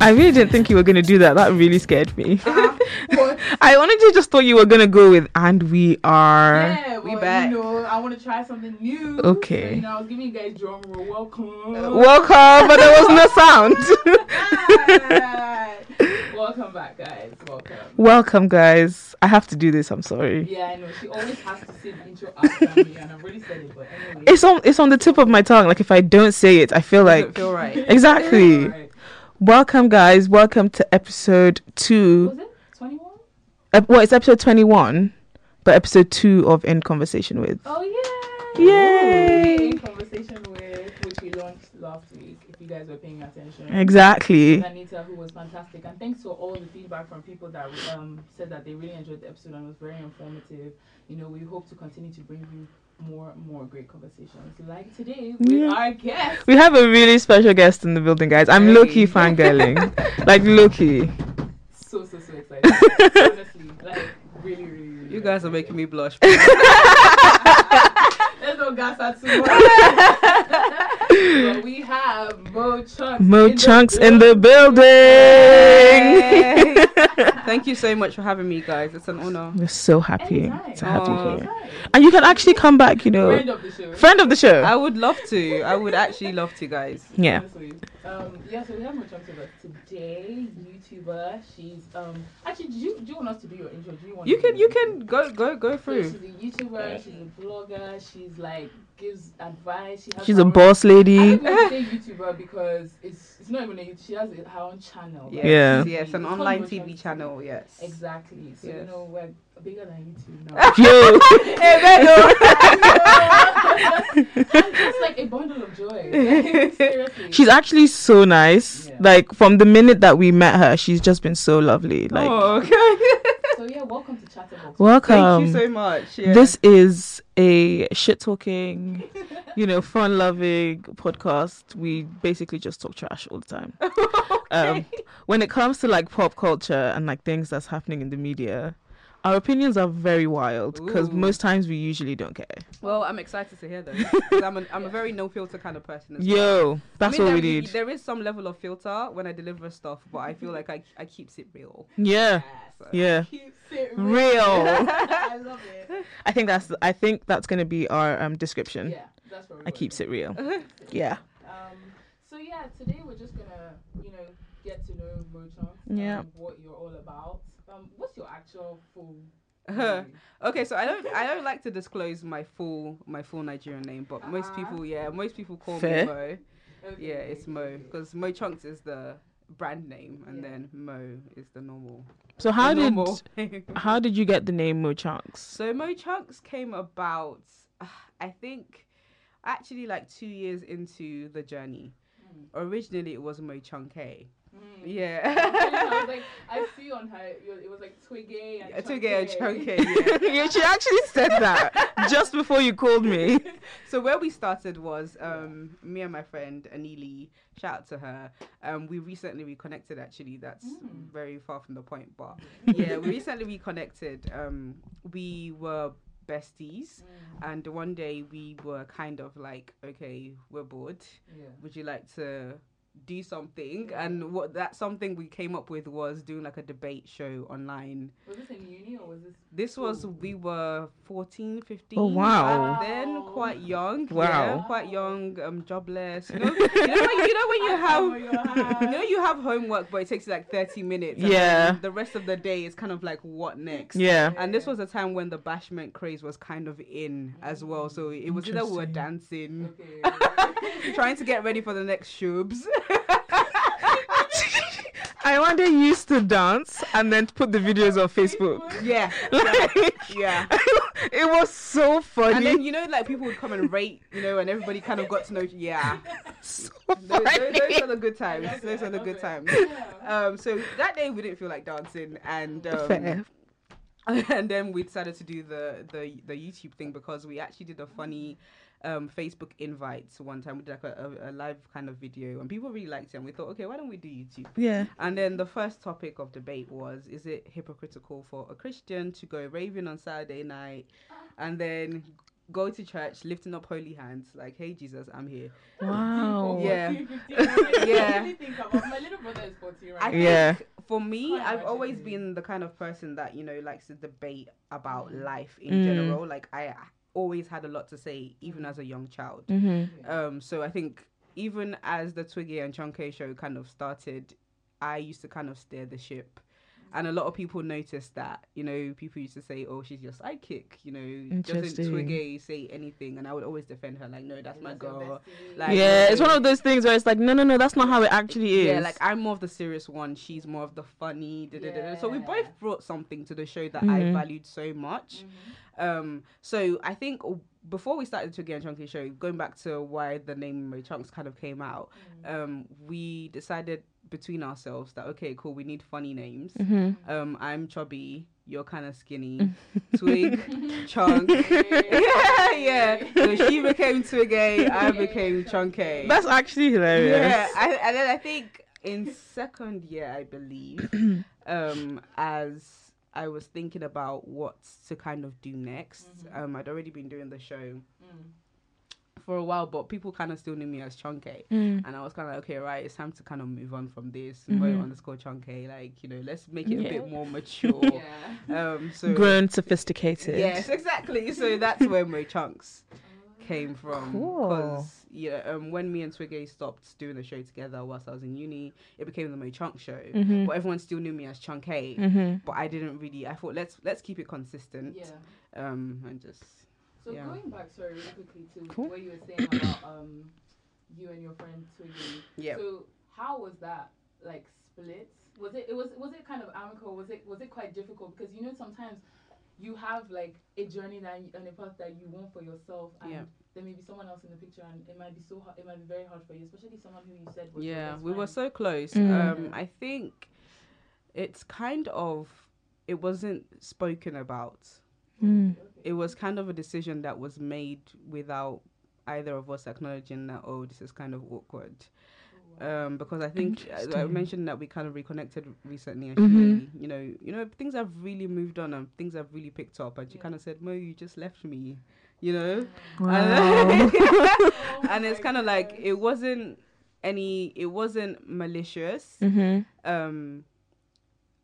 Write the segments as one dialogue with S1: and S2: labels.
S1: I really didn't think you were going to do that. That really scared me.
S2: Uh-huh. What?
S1: I honestly just thought you were going to go with, and we are.
S2: Yeah,
S3: we
S2: well,
S3: back.
S2: You know, I want to try something new.
S1: Okay.
S2: So,
S1: Uh,
S2: you know, I was giving you guys drum roll. Welcome.
S1: Welcome, but there was no sound.
S2: Alright. Welcome back, guys. Welcome.
S1: Welcome, guys. I have to do this. I'm sorry.
S2: Yeah, I know. She always has to say the intro after me, and I've already said it, but anyway.
S1: It's on. It's on the tip of my tongue. Like if I don't say it, I feel
S3: Doesn't
S1: like
S3: feel right.
S1: exactly.
S2: Alright.
S1: Welcome, guys. Welcome to episode two.
S2: Was it 21?
S1: Ep- well, it's episode 21, but episode two of End Conversation with.
S2: Oh, yeah.
S1: Yay.
S2: In conversation with, which we launched last week, if you guys were paying attention.
S1: Exactly.
S2: with Anita, who was fantastic, and thanks to all the feedback from people that um, said that they really enjoyed the episode and was very informative. You know, we hope to continue to bring you more more great conversations like today with
S1: Yeah.
S2: our guest.
S1: We have a really special guest in the building, guys. I'm
S3: Hey.
S1: low key fangirling. like, low key.
S2: So so so excited, honestly, like really really. really
S3: You guys are making me blush.
S2: There's no gas at too much. but we have Mo Chunks.
S1: Mo
S2: in the
S1: Chunks in the
S2: building.
S1: building.
S3: Yay. Thank you so much for having me, guys. It's an honor.
S1: We're so happy
S2: Anytime.
S1: to have
S3: Aw.
S1: you here.
S2: Hi.
S1: And you can actually come back, you know,
S2: Friend of the show.
S1: friend of the show.
S3: I would love to. I would actually love to, guys.
S1: Yeah.
S2: Honestly. Um, yeah, so we have Mocham with us today, YouTuber. She's um actually do you, do you want us to do your intro? Do you want
S3: You
S2: to
S3: can
S2: do
S3: you
S2: your
S3: can go go go
S2: intro?
S3: through.
S2: So she's a YouTuber, she's a blogger, she's like gives advice, she has
S1: She's
S2: her
S1: a
S2: own-
S1: boss
S2: I
S1: lady.
S2: think we have to say YouTuber because it's it's not even a she has her own channel. right?
S1: Yeah.
S3: Yes, yes,
S2: It's
S3: an
S2: called
S3: online
S2: Mocham
S3: TV
S2: TV.
S3: channel. Yes.
S2: Exactly. So you
S3: Yes.
S2: know we're bigger than YouTube now.
S1: Yo.
S2: I'm just like a bundle of joy. Like, seriously.
S1: She's actually so nice.
S2: Yeah.
S1: Like, from the minute that we met her, she's just been so lovely. Like,
S3: oh, okay.
S2: so yeah, welcome to Chatterbox.
S1: welcome.
S3: Thank you so much. Yeah.
S1: um, This is a shit talking, you know, fun loving podcast. We basically just talk trash all the time. um, when it comes to like pop culture and like things that's happening in the media, our opinions are very wild because
S3: Ooh.
S1: most times we usually don't care.
S3: well, I'm excited to hear that. 'cause I'm a, I'm a very no filter kind of person. As well.
S1: Yo,
S3: I
S1: that's
S3: mean,
S1: what we
S3: there-
S1: need.
S3: There is some level of filter when I deliver stuff, but I feel like I I keeps it real.
S1: Yeah,
S3: So.
S1: yeah.
S2: Keeps it
S1: Real.
S2: I love it.
S1: I think that's I think that's gonna be our um description.
S2: Yeah, that's what we're
S1: I keeps it real.
S2: Um,
S1: Yeah.
S2: so yeah, today we're just gonna, you know, get to know Mochon.
S1: Yeah.
S2: What you're all about. Um, what's your actual full? name?
S3: Okay, so I don't I don't like to disclose my full my full Nigerian name, but most
S2: Uh-uh.
S3: people yeah most people call
S1: Fair.
S3: me Mo.
S2: Okay,
S3: Yeah, it's Mo because Mo Chunks is the brand name, and
S2: Yeah.
S3: then Mo is the normal.
S1: So
S3: the
S1: how did
S3: normal.
S1: how did you get the name Mo Chunks?
S3: so Mo Chunks came about? uh, I think actually like two years into the journey.
S2: Mm.
S3: Originally, it was Mo Chunke.
S2: Mm. I
S3: Yeah.
S2: was like, I see on her, it was- it was like Twiggy and
S3: Yeah, Twiggy and
S2: Chunky.
S3: Chunky, yeah.
S1: yeah, she actually said that just before you called me.
S3: So where we started was um, me and my friend Anili. Shout out to her. Um, we recently reconnected. Actually, that's
S2: Mm.
S3: very far from the point, but yeah, we recently reconnected. Um, we were besties,
S2: Mm,
S3: and one day we were kind of like, okay, we're bored.
S2: Yeah.
S3: Would you like to do something? And what that something we came up with was doing like a debate show online.
S2: Was this in uni or was this?
S3: This was
S2: Ooh.
S3: we were 14, 15.
S1: Oh, wow.
S3: back Then quite young.
S1: Wow.
S3: yeah, quite young, um jobless. You know, you know when, you know when you have you know you have homework but it takes you like 30 minutes. and
S1: Yeah.
S3: then The rest of the day is kind of like what next?
S1: Yeah.
S3: And this was a time when the bashment craze was kind of in as well. So it was either we were dancing,
S2: Okay.
S3: trying to get ready for the next shoobs.
S1: I wonder you used to dance and then put the videos on Facebook.
S3: yeah.
S1: Like,
S3: Yeah.
S1: it was so funny.
S3: And then you know like people would come and rate, you know, and everybody kind of got to know yeah.
S1: so
S3: Those, those,
S1: funny.
S3: those are the good times.
S2: love it,
S3: Those
S2: I
S3: are the
S2: love
S3: good
S2: it.
S3: times.
S2: Yeah.
S3: Um, so that day we didn't feel like dancing, and um,
S1: Fair.
S3: and then we decided to do the the the YouTube thing because we actually did a funny. Um, Facebook invites one time we did like a, a, a live kind of video and people really liked it and we thought okay why don't we do YouTube
S1: Yeah.
S3: and then the first topic of debate was is it hypocritical for a Christian to go raving on Saturday night and then go to church lifting up holy hands, like, "Hey Jesus, I'm here."
S1: Wow.
S3: Oh, Yeah. Yeah.
S2: yeah. My little brother is 14 right
S3: I
S2: now.
S3: think
S1: Yeah.
S3: for me,
S2: Quite
S3: I've always
S2: imaginative.
S3: been the kind of person that you know likes to debate about
S2: Mm.
S3: life in
S1: Mm.
S3: general. Like I always had a lot to say, even as a young child.
S1: Mm-hmm.
S3: Um, so I think even as the Twiggy and Chunke show kind of started, I used to kind of steer the ship. And a lot of people noticed that, you know, people used to say, "Oh, she's your sidekick," you know, doesn't
S1: Interesting.
S3: Twiggy say anything? And I would always defend her, like, "No, that's my girl." Like,
S1: yeah,
S3: you
S1: it's
S3: know,
S1: one of those things where it's like, no, no, no, that's not how it actually is.
S3: Yeah, like I'm more of the serious one. She's more of the funny. Da, da, da, da. So we both
S2: Yeah.
S3: brought something to the show that I
S1: Mhm.
S3: valued so much. Um, so I think w- before we started to get Chunky Show, going back to why the name Mo Chunks kind of came out, um, we decided between ourselves that okay, cool, we need funny names.
S1: hmm
S3: Um, I'm chubby. You're kind of skinny. Twig, chunk. yeah, yeah. So she became Twiggy. I became Chunky.
S1: That's actually hilarious.
S3: Yeah, I, and then I think in second year, I believe, um, as I was thinking about what to kind of do next,
S2: Mhm.
S3: um, I'd already been doing the show for a while, but people kind of still knew me as Chunky.
S1: Mm.
S3: And I was kind of like, okay, right, it's time to kind of move on from this.
S1: Mhm.
S3: Mo underscore Chunky, like, you know, let's make it
S1: Yeah.
S3: a bit more mature. Um, so
S1: Grown, sophisticated.
S3: yes, exactly. So that's where Mo Chunks came from
S1: Cool.
S3: because yeah um when me and Twiggy stopped doing the show together whilst I was in uni it became the Mo Chunk show
S1: Mhm.
S3: but everyone still knew me as Chunk A
S1: Mhm.
S3: but I didn't really I thought let's let's keep it consistent
S2: Yeah.
S3: um and just
S2: So
S3: Yeah.
S2: going back, sorry, really quickly to
S1: Cool.
S2: what you were saying about um, you and your friend Twiggy.
S3: yeah
S2: So how was that like split? Was it it was was it kind of amicable? Was it was it quite difficult? Because you know sometimes you have like a journey that you, and a path that you want for yourself, and
S3: Yeah.
S2: there may be someone else in the picture, and it might be so hard, it might be very hard for you, especially someone who you said was your
S3: yeah
S2: best
S3: we were
S2: friend.
S3: so close
S1: Mm.
S3: um I think it's kind of it wasn't spoken about
S1: Mm.
S2: Okay.
S3: it was kind of a decision that was made without either of us acknowledging that oh this is kind of awkward
S2: Oh, wow.
S3: um, because I think I, I
S1: Interesting.
S3: mentioned that we kind of reconnected recently, and
S1: Mhm.
S3: she, you know, you know, things have really moved on and things have really picked up, and she
S2: Yeah.
S3: kind of said, "Mo, you just left me," you know,
S1: Wow.
S2: Oh
S3: and it's
S2: my
S3: kind of like
S2: gosh.
S3: it wasn't any, it wasn't malicious.
S1: mhm.
S3: Um,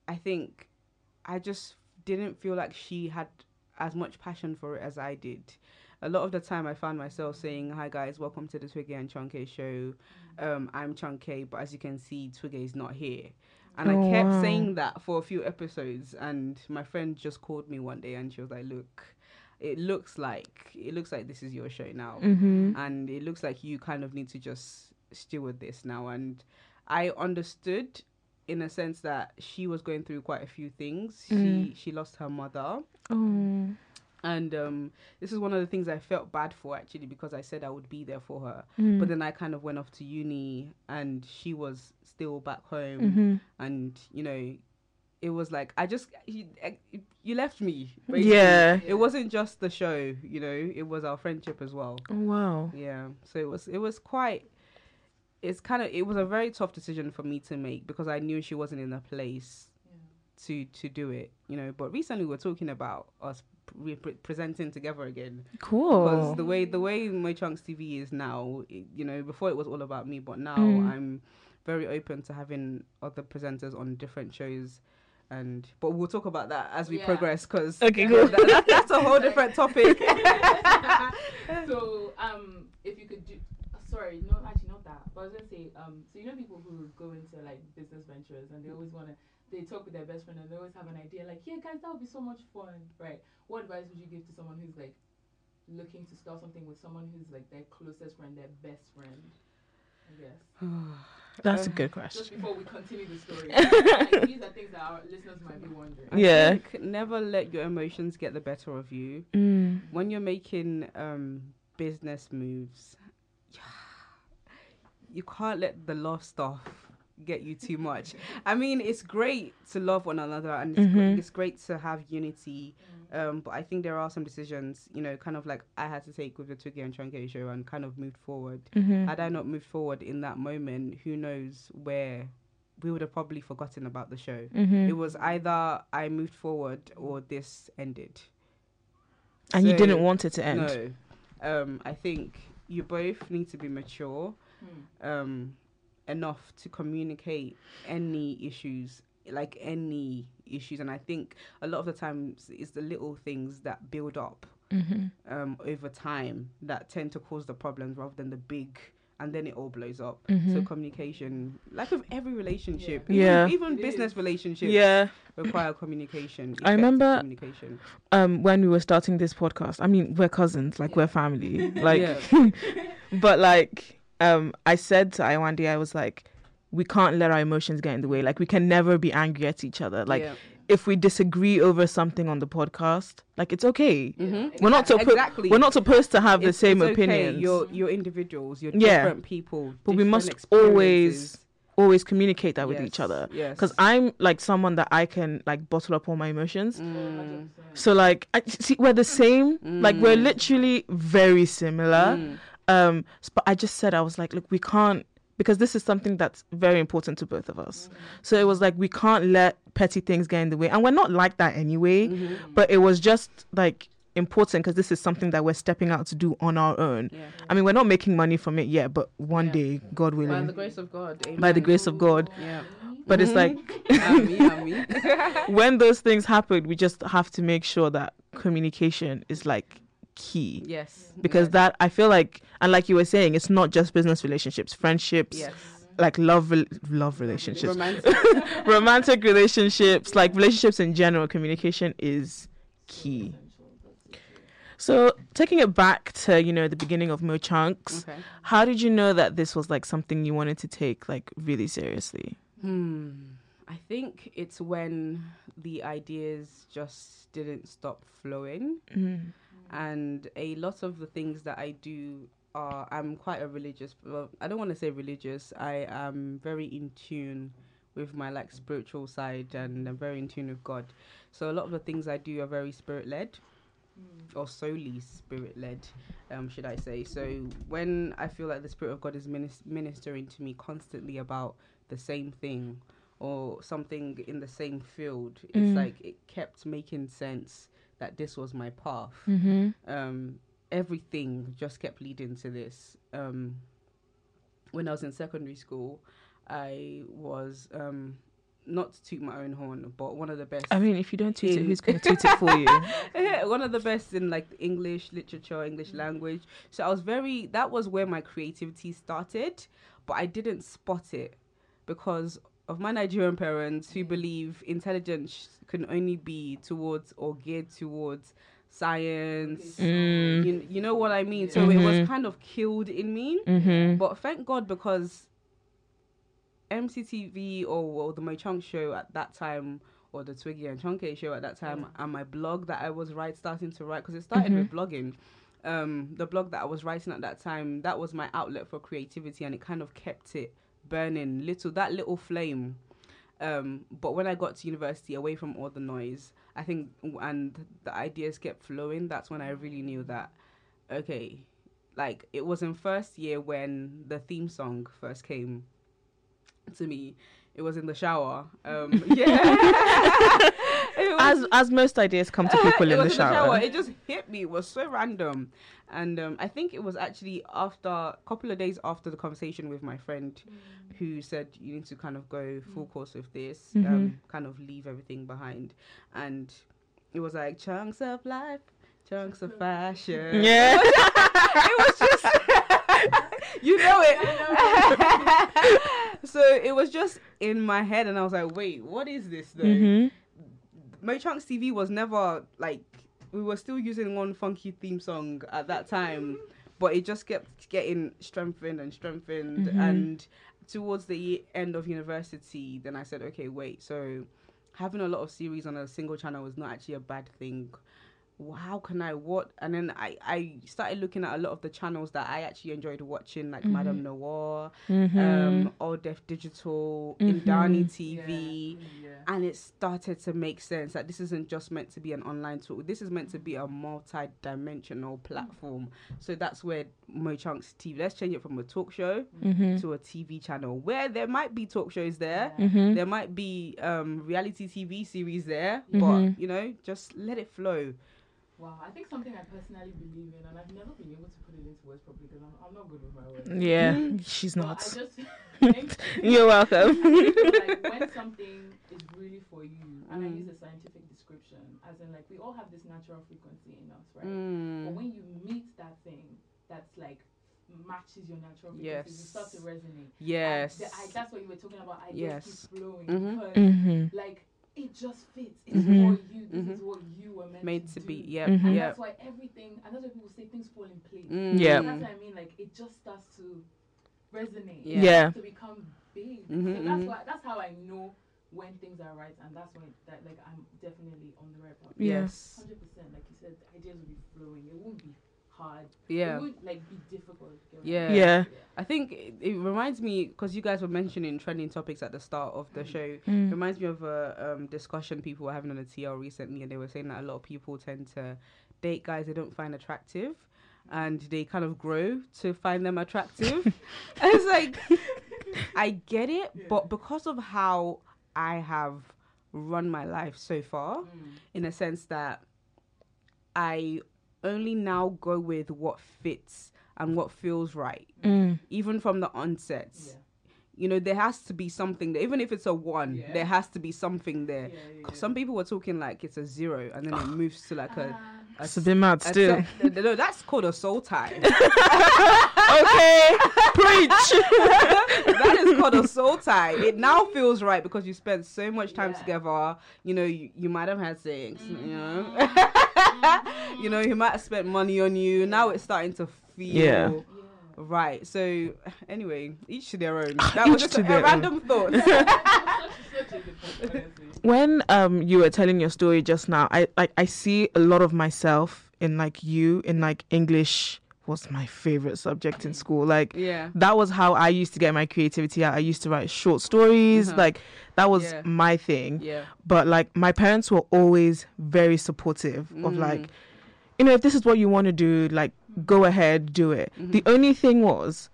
S3: I think I just didn't feel like she had as much passion for it as I did. A lot of the time, I found myself saying, "Hi guys, welcome to the Twiggy and Chunky show." Um, I'm Chunky, but as you can see, Twiggy is not here. And
S1: Oh,
S3: I kept
S1: wow.
S3: saying that for a few episodes, and my friend just called me one day, and she was like, "Look, it looks like it looks like this is your show now."
S1: Mhm.
S3: and it looks like you kind of need to just steward this now and i understood in a sense that she was going through quite a few things she
S1: Mm.
S3: she lost her mother
S1: Oh.
S3: and um this is one of the things i felt bad for actually because i said i would be there for her
S1: Mm.
S3: but then i kind of went off to uni and she was still back home
S1: Mhm.
S3: and you know it was like i just you, eh, you left me basically.
S1: Yeah.
S3: it wasn't just the show you know it was our friendship as well
S1: Oh, wow.
S3: yeah so it was it was quite it's kind of it was a very tough decision for me to make because i knew she wasn't in a place to to do it you know but recently we were talking about us re- pre- presenting together again because
S1: Cool.
S3: the way the way my chunks tv is now it- you know before it was all about me but now
S1: Mm.
S3: i'm very open to having other presenters on different shows and but we'll talk about that as we
S2: Yeah.
S3: progress 'cause progress
S1: Okay,
S3: because
S1: cool.
S3: that's a whole different topic
S2: so um if you could do sorry no actually not that but i was gonna say um so you know people who go into like business ventures and they always want to they talk with their best friend and they always have an idea like yeah guys that would be so much fun right what advice would you give to someone who's like looking to start something with someone who's like their closest friend their best friend i guess
S1: That's
S3: uh,
S1: a good
S2: just
S1: question.
S2: before we continue the story like, these are things that our listeners might be wondering
S3: I
S1: Yeah.
S3: think never let your emotions get the better of you.
S1: Mm.
S3: When you're making um, business moves, you can't let the love stuff get you too much. I mean, it's great to love one another and it's, gr-
S1: Mhm.
S3: it's great to have unity. Um, but I think there are some decisions, you know, kind of like I had to take with the Twiggy and Trunke show and kind of moved forward.
S1: Mhm.
S3: Had I not moved forward in that moment, who knows where we would have probably forgotten about the show.
S1: Mhm.
S3: It was either I moved forward or this ended.
S1: And you
S3: So-
S1: didn't want it to end.
S3: No. Um, I think you both need to be mature
S1: Mm-hmm.
S2: Hmm.
S3: um, enough to communicate any issues, like any issues. And I think a lot of the times it's the little things that build up
S1: Mm-hmm.
S3: um, over time that tend to cause the problems rather than the big. And then it all blows up. So
S1: Mhm.
S3: communication, like with every relationship,
S1: Yeah.
S3: even, even
S2: It
S3: business
S2: is.
S3: relationships,
S1: Yeah.
S3: require communication.
S1: I
S3: effective
S1: remember-
S3: communication.
S1: Um, when we were starting this podcast, I mean, we're cousins, like we're family, like.
S3: Yeah.
S1: but like, um, I said to Iwandi, I was like, we can't let our emotions get in the way. Like, we can never be angry at each other. Like,
S3: Yeah.
S1: if we disagree over something on the podcast, like it's okay.
S3: Mhm.
S1: We're not so
S2: Exactly.
S1: put-
S3: exactly.
S1: We're not supposed to have the
S3: It's-
S1: same
S3: it's okay.
S1: opinions.
S3: You're you're individuals. You're
S1: Yeah.
S3: different people.
S1: But we
S3: different
S1: must always
S3: experiences.
S1: Always communicate that with
S3: Yes,
S1: each other.
S3: Yes.
S1: Because I'm like someone that I can like bottle up all my emotions.
S3: Mm,
S1: So like, I, see, we're the same. Like we're
S3: Mm.
S1: literally very similar.
S3: mm,
S1: Um, s- but I just said I was like, look, we can't because this is something that's very important to both of us.
S3: Mm.
S1: So it was like we can't let petty things get in the way, and we're not like that anyway.
S3: mhm,
S1: But it was just like important because this is something that we're stepping out to do on our own.
S3: yeah.
S1: I mean, we're not making money from it yet, but one
S2: Yeah.
S1: day, God
S3: Mm. By the
S1: willing,
S3: grace of God. Amen.
S1: by the grace of God.
S3: Yeah.
S1: But it's
S3: Mhm.
S1: like
S3: Yummy, yummy.
S1: when those things happen, we just have to make sure that communication is like key.
S3: yes.
S1: because
S3: yes.
S1: that I feel like, and like you were saying, it's not just business relationships, friendships,
S3: Yes.
S1: like love, rel- love relationships,
S3: Romantic.
S1: romantic relationships, like relationships in general. Communication is key. So taking it back to you know the beginning of Mo Chunks,
S3: Okay.
S1: how did you know that this was like something you wanted to take like really seriously?
S3: Hmm. I think it's when the ideas just didn't stop flowing.
S1: Mm.
S3: and a lot of the things that I do are I'm quite a religious. Well, I don't want to say religious. I am very in tune with my like spiritual side, and I'm very in tune with God. So a lot of the things I do are very spirit led,
S2: Hmm.
S3: or solely spirit led, um, should I say? So when I feel like the spirit of God is minis- ministering to me constantly about the same thing. Or something in the same field. It's
S1: Mm.
S3: like it kept making sense that this was my path
S1: Mm-hmm.
S3: um, everything just kept leading to this. Um, when I was in secondary school, I was um, not to toot my own horn, but one of the best.
S1: I mean, if you don't tweet it,
S3: In-
S1: who's gonna tweet it for you?
S3: one of the best in like English literature,
S1: Mm.
S3: English language. So I was very. That was where my creativity started, but I didn't spot it because of my Nigerian parents
S1: Mm.
S3: who believe intelligence can only be towards or geared towards science,
S2: Mm-hmm.
S1: Mm.
S3: you, you know what I mean? So it
S1: Mhm.
S3: was kind of killed in me.
S1: Mm-hmm.
S3: But thank God because MCTV or, or the Mo Chunk show at that time, or the Twiggy and Chunke show at that time, and my blog that I was right starting to write because it started with blogging. Um, the blog that I was writing at that time, that was my outlet for creativity, and it kind of kept it burning little that little flame. Um, but when I got to university, away from all the noise, I think, and the ideas kept flowing. That's when I really knew that, okay, like it was in first year when the theme song first came to me. It was in the shower. Um, yeah, It was-
S1: As as most ideas come to people
S3: it
S1: in the
S3: was
S1: shower.
S3: It just hit me. It was so random, and um, I think it was actually after a couple of days after the conversation with my friend, who said you need to kind of go full
S1: Mm-hmm.
S3: course with this, um, kind of leave everything behind, and it was like chunks of life, chunks of fashion.
S1: Yeah.
S3: it was just you know it. so it was just in my head, and I was like, wait, what is this though?
S1: Mm-hmm.
S3: My Chunks TV was never like we were still using one funky theme song at that time, but it just kept getting strengthened and strengthened.
S1: Mhm.
S3: And towards the ye- end of university, then I said, okay, wait, so having a lot of series on a single channel was not actually a bad thing. Wh- How can I what? And then I, I started looking at a lot of the channels that I actually enjoyed watching, like Madame Noir,
S1: Mm-hmm.
S3: um, All Deaf Digital,
S1: Mhm.
S3: Indani TV
S2: Yeah.
S3: and it started to make sense that this isn't just meant to be an online tool this is meant to be a multi-dimensional platform so that's where mo chunks tv let's change it from a talk show
S1: mm-hmm.
S2: Mm.
S3: to a tv channel where there might be talk shows there
S1: Mm-hmm.
S3: there might be um, reality tv series there
S2: Mm-hmm.
S1: Mhm.
S3: but you know just let it flow
S2: Wow, I think something I personally believe in, and I've never been able to put it into words properly because I'm, I'm not good with my words.
S1: Yeah,
S3: Mm-hmm.
S1: she's
S2: But
S1: not.
S2: I just think
S1: You're welcome.
S2: like when something is really for you, and I
S3: Mm.
S2: use a scientific description, as in like we all have this natural frequency in us, right? But
S3: Mm.
S2: when you meet that thing that's like matches your natural frequency, you start to
S3: Yes.
S2: resonate. And
S3: Yes.
S2: th- I, that's what you were talking about. I
S3: Yes.
S2: just keep flowing
S3: Mhm.
S2: because
S1: mm-hmm.
S2: like it just fits. It's
S1: Mhm.
S2: for you. This is
S3: Mhm.
S2: what you were meant,
S3: Made to
S2: do.
S3: be. Yep.
S1: Mhm.
S2: And
S3: Yep.
S2: that's why everything. And that's why people say things fall in place.
S3: Mm.
S1: Yeah.
S2: So that's what I mean. Like it just starts to resonate.
S1: Yeah.
S3: Yeah.
S2: To become big.
S3: Mhm,
S2: so that's
S3: mhm.
S2: why. That's how I know when things are right, and that's when that like I'm definitely on the right path.
S1: Yeah.
S3: Yes.
S2: Hundred percent. Like you said, ideas will be flowing. It won't be hard.
S3: Yeah.
S2: It won't like be difficult. you get what I
S3: Yeah.
S2: mean?
S1: Yeah.
S3: I think it, it reminds me because you guys were mentioning trending topics at the start of the
S2: Mm.
S3: show. It
S1: Mm.
S3: reminds me of a um, discussion people were having on a TL recently, and they were saying that a lot of people tend to date guys they don't find attractive, and they kind of grow to find them attractive. and it's like, I get it,
S2: Yeah.
S3: but because of how I have run my life so far,
S2: Mm.
S3: in a sense that I only now go with what fits and what feels right,
S1: Mm.
S3: even from the onset.
S2: Yeah.
S3: You know, there has to be something there, even if it's a one,
S2: Yeah.
S3: there has to be something
S2: Yeah,
S3: there.
S2: yeah, yeah.
S3: 'Cause Some people were talking like it's a zero and then
S1: Ah.
S3: it moves to like a.
S2: Ah.
S3: a
S1: It's a bit mad
S3: a
S1: still.
S3: se- no, no, that's called a soul tie.
S1: okay, preach.
S3: that is called a soul tie. It now feels right because you spent so much time
S2: Yeah. Mm-hmm.
S3: together. You know, you, you might have had sex. You know,
S2: Mhm.
S3: you know, he might have spent money on you. Now it's starting to feel
S1: Yeah.
S2: Yeah.
S3: right. So, anyway, each to their own. That
S1: Each
S3: was just
S1: to
S3: a,
S1: their
S3: a
S1: own.
S3: random thought.
S2: such, such a good point, honestly.
S1: when um you were telling your story just now i like i see a lot of myself in like you in like english was my favorite subject
S3: Mm.
S1: in school like
S3: yeah.
S1: that was how i used to get my creativity out i used to write short stories
S3: Mhm.
S1: like that was
S3: Yeah.
S1: my thing
S3: Yeah.
S1: but like my parents were always very supportive of like
S3: Mm.
S1: you know if this is what you want to do like go ahead do it
S3: Mm-hmm.
S1: the only thing was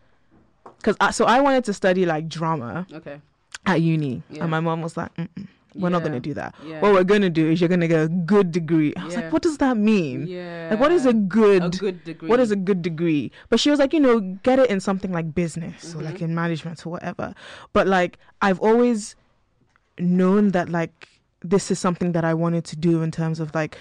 S1: because I, so i wanted to study like drama
S3: Okay.
S1: at uni
S3: Yeah.
S1: and my mom was like Mm-mm, we're not
S3: Yeah.
S1: going to do that
S3: Yeah.
S1: what we're gonna do is you're gonna get a good degree. I was
S3: Yeah.
S1: like, what does that mean?
S3: yeah.
S1: Like, what is a good,
S3: a good degree?
S1: what is a good degree? But she was like, you know, get it in something like business or
S3: Mm-hmm.
S1: like in management or whatever. But like, I've always known that like this is something that I wanted to do in terms of like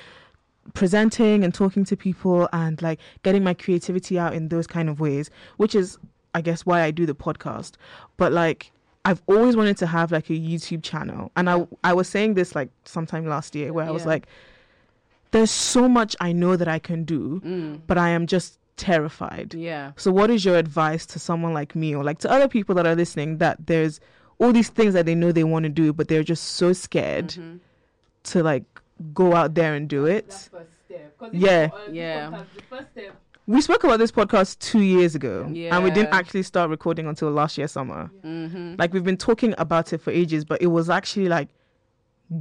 S1: presenting and talking to people and like getting my creativity out in those kind of ways, which is I guess why I do the podcast. But like I've always wanted to have like a YouTube channel. And I I was saying this like sometime last year where I was
S3: Yeah.
S1: like there's so much I know that I can do,
S3: Mm.
S1: but I am just terrified.
S3: Yeah.
S1: So, what is your advice to someone like me or like to other people that are listening that there's all these things that they know they want to do, but they're just so scared
S3: Mhm.
S1: to like go out there and do
S2: That's
S1: it?
S2: first step. 'Cause
S1: Yeah.
S2: if you- uh, this
S3: Yeah.
S2: podcast, The first step.
S1: We spoke about this podcast two years ago, and we didn't
S3: Yeah.
S1: actually start recording until last year summer.
S3: Mhm.
S1: Like, we've been talking about it for ages, but it was actually like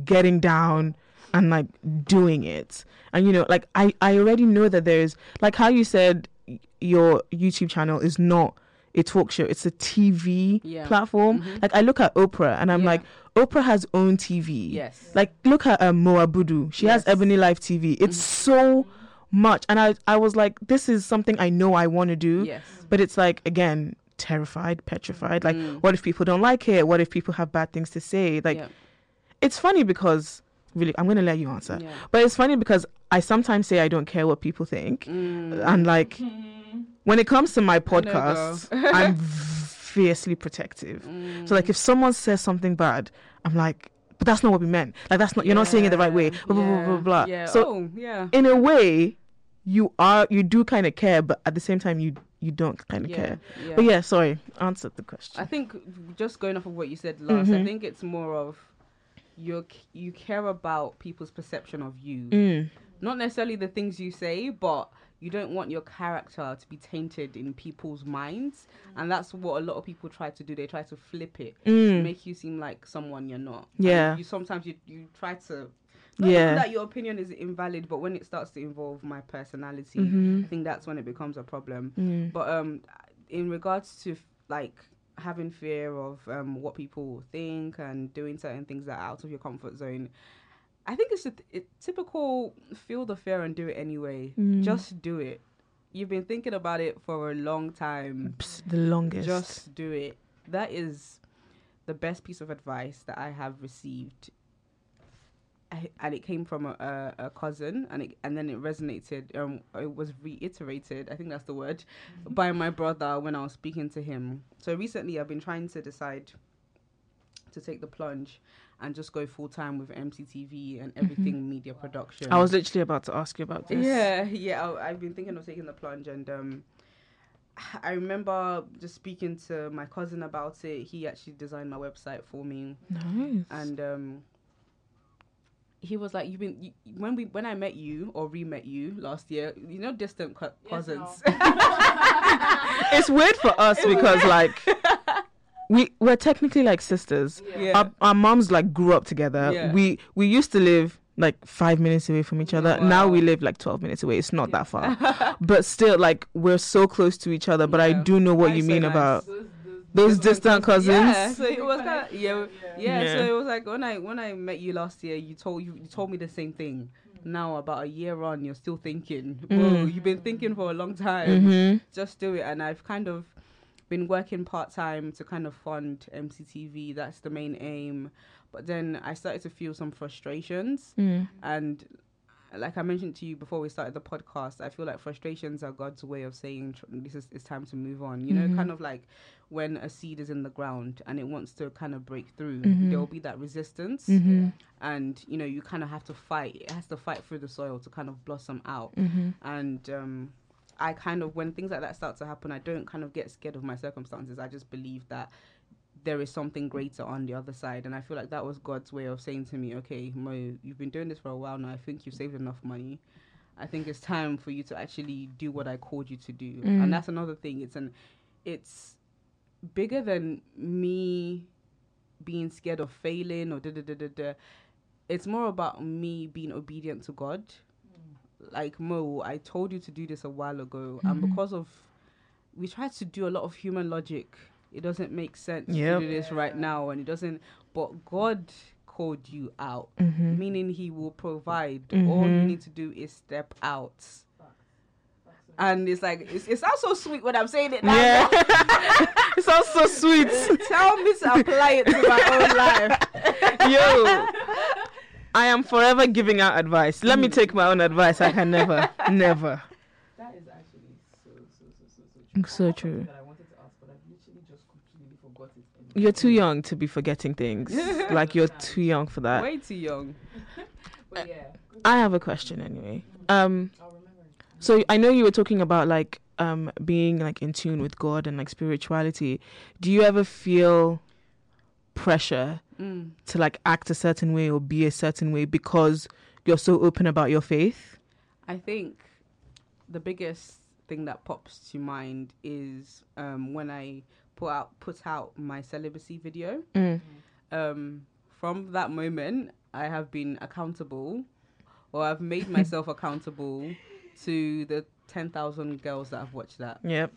S1: getting down and like doing it. And you know, like, I, I already know that there's like how you said y- your YouTube channel is not a talk show, it's a TV
S3: Yeah.
S1: platform.
S3: Mhm.
S1: Like I look at Oprah and I'm
S3: Yeah.
S1: like, Oprah has own TV.
S3: Yes.
S1: Like look at um, Moa Budu. She
S3: Yes. Mm-hmm.
S1: has Ebony Life TV. It's so much, and I I was like, this is something I know I want to do,
S3: Yes.
S1: but it's like again terrified, petrified. Like
S3: Mm.
S1: what if people don't like it? What if people have bad things to say? Like
S3: Yeah.
S1: it's funny because really I'm gonna let you answer,
S3: Yeah.
S1: but it's funny because I sometimes say I don't care what people think,
S3: Mm.
S1: and like when it comes to my
S3: girl.
S1: podcast, I'm fiercely protective.
S3: Mm.
S1: So like if someone says something bad, I'm like, but that's not what we meant. Like that's not you're not saying it the right way. Blah blah blah blah blah.
S3: Yeah.
S1: So
S3: oh, yeah.
S1: in a way, you are you do kind of care, but at the same time you you don't kind of
S3: yeah.
S1: care.
S3: yeah.
S1: But yeah, sorry, answered the question.
S3: I think just going off of what you said last,
S1: Mhm.
S3: I think it's more of you you care about people's perception of you,
S1: Mm.
S3: not necessarily the things you say, but you don't want your character to be tainted in people's minds, and that's what a lot of people try to do. They try to flip it,
S1: Mm.
S3: make you seem like someone you're not.
S1: Yeah.
S3: And you sometimes you you try to. Not
S1: Yeah.
S3: even that your opinion is invalid, but when it starts to involve my personality,
S1: Mhm.
S3: I think that's when it becomes a problem.
S1: Mm.
S3: But um, in regards to like having fear of um, what people think and doing certain things that are out of your comfort zone, I think it's a, th- it, typical feel the fear and do it anyway.
S1: Mm.
S3: Just do it. You've been thinking about it for a long time.
S1: Psst, the longest.
S3: Just do it. That is the best piece of advice that I have received. I, and it came from a, a, a cousin, and it, and then it resonated. Um, it was reiterated. I think that's the word,
S1: Mm-hmm.
S3: by my brother when I was speaking to him. So recently, I've been trying to decide to take the plunge and just go full time with MCTV and everything media production.
S1: Mm-hmm. I was literally about to ask you about this.
S3: Yeah, yeah. I, I've been thinking of taking the plunge, and um, I remember just speaking to my cousin about it. He actually designed my website for me,
S1: Nice.
S3: and um, he was like, "You've been you, when we when I met you or re-met you last year. You know, distant co- cousins.
S1: it's weird for us because like we we're technically like sisters.
S3: Yeah.
S1: Our, our moms like grew up together.
S3: Yeah.
S1: We we used to live like five minutes away from each other. Now
S3: Wow.
S1: we live like twelve minutes away. It's not that far, but still like we're so close to each other. But I
S3: Yeah.
S1: do know what
S3: That
S1: you
S3: is so
S1: mean
S3: nice.
S1: about
S2: Those, those,
S1: Uh, those distant cousins.
S3: Yeah, so it was kind of, yeah, yeah, So
S1: Yeah.
S3: it was like when I when I met you last year, you told you, you told me the same thing.
S2: Mm.
S3: Now about a year on, you're still thinking. Whoa,
S1: Mm.
S3: you've been thinking for a long time.
S1: Mhm.
S3: Just do it, and I've kind of been working part time to kind of fund MCTV. That's the main aim. But then I started to feel some frustrations
S1: Mm.
S3: and like I mentioned to you before we started the podcast, I feel like frustrations are God's way of saying tr- this is it's time to move on. You know, kind of like when a seed is in the ground and it wants to kind of break through, there will be that resistance,
S1: Mm-hmm.
S3: and you know you kind of have to fight. It has to fight through the soil to kind of blossom out.
S1: Mm-hmm.
S3: And um, I kind of when things like that start to happen, I don't kind of get scared of my circumstances. I just believe that there is something greater on the other side. And I feel like that was God's way of saying to me, okay, Mo, you've been doing this for a while now. I think you've saved enough money. I think it's time for you to actually do what I called you to do. And that's another thing. It's an, it's bigger than me being scared of failing or da da da da da. It's more about me being obedient to God.
S1: Mm.
S3: Like Mo, I told you to do this a while ago, and
S1: Mm-hmm.
S3: because of we try to do a lot of human logic. It doesn't make sense
S1: Yep.
S3: to do this right now, and it doesn't. But God called you out,
S1: Mm-hmm.
S3: meaning He will provide. All you need to do is step out. And it's like it's, it sounds so sweet when I'm saying it now.
S1: Yeah. it sounds so sweet.
S3: Tell me to apply it to my own life.
S1: Yo. I am forever giving out advice. Let me take my own advice. I can never, never.
S2: That is actually so, so, so, so, so true. I
S1: So
S2: had
S1: true.
S2: something That I wanted to ask, but I've literally just completely forgot it. and-
S1: You're too young to be forgetting things. like you're too young for that.
S3: Way too young.
S2: But yeah, good.
S1: I have a question anyway. Um,
S2: I'll remember. it.
S1: so I know you were talking about like um being like in tune with God and like spirituality. Do you ever feel pressure
S3: Mm.
S1: to like act a certain way or be a certain way because you're so open about your faith?
S3: I think the biggest thing that pops to mind is um, when I put out put out my celibacy video.
S1: Mm.
S3: Um, from that moment, I have been accountable, or I've made myself accountable to the ten thousand girls that have watched that.
S1: Yep.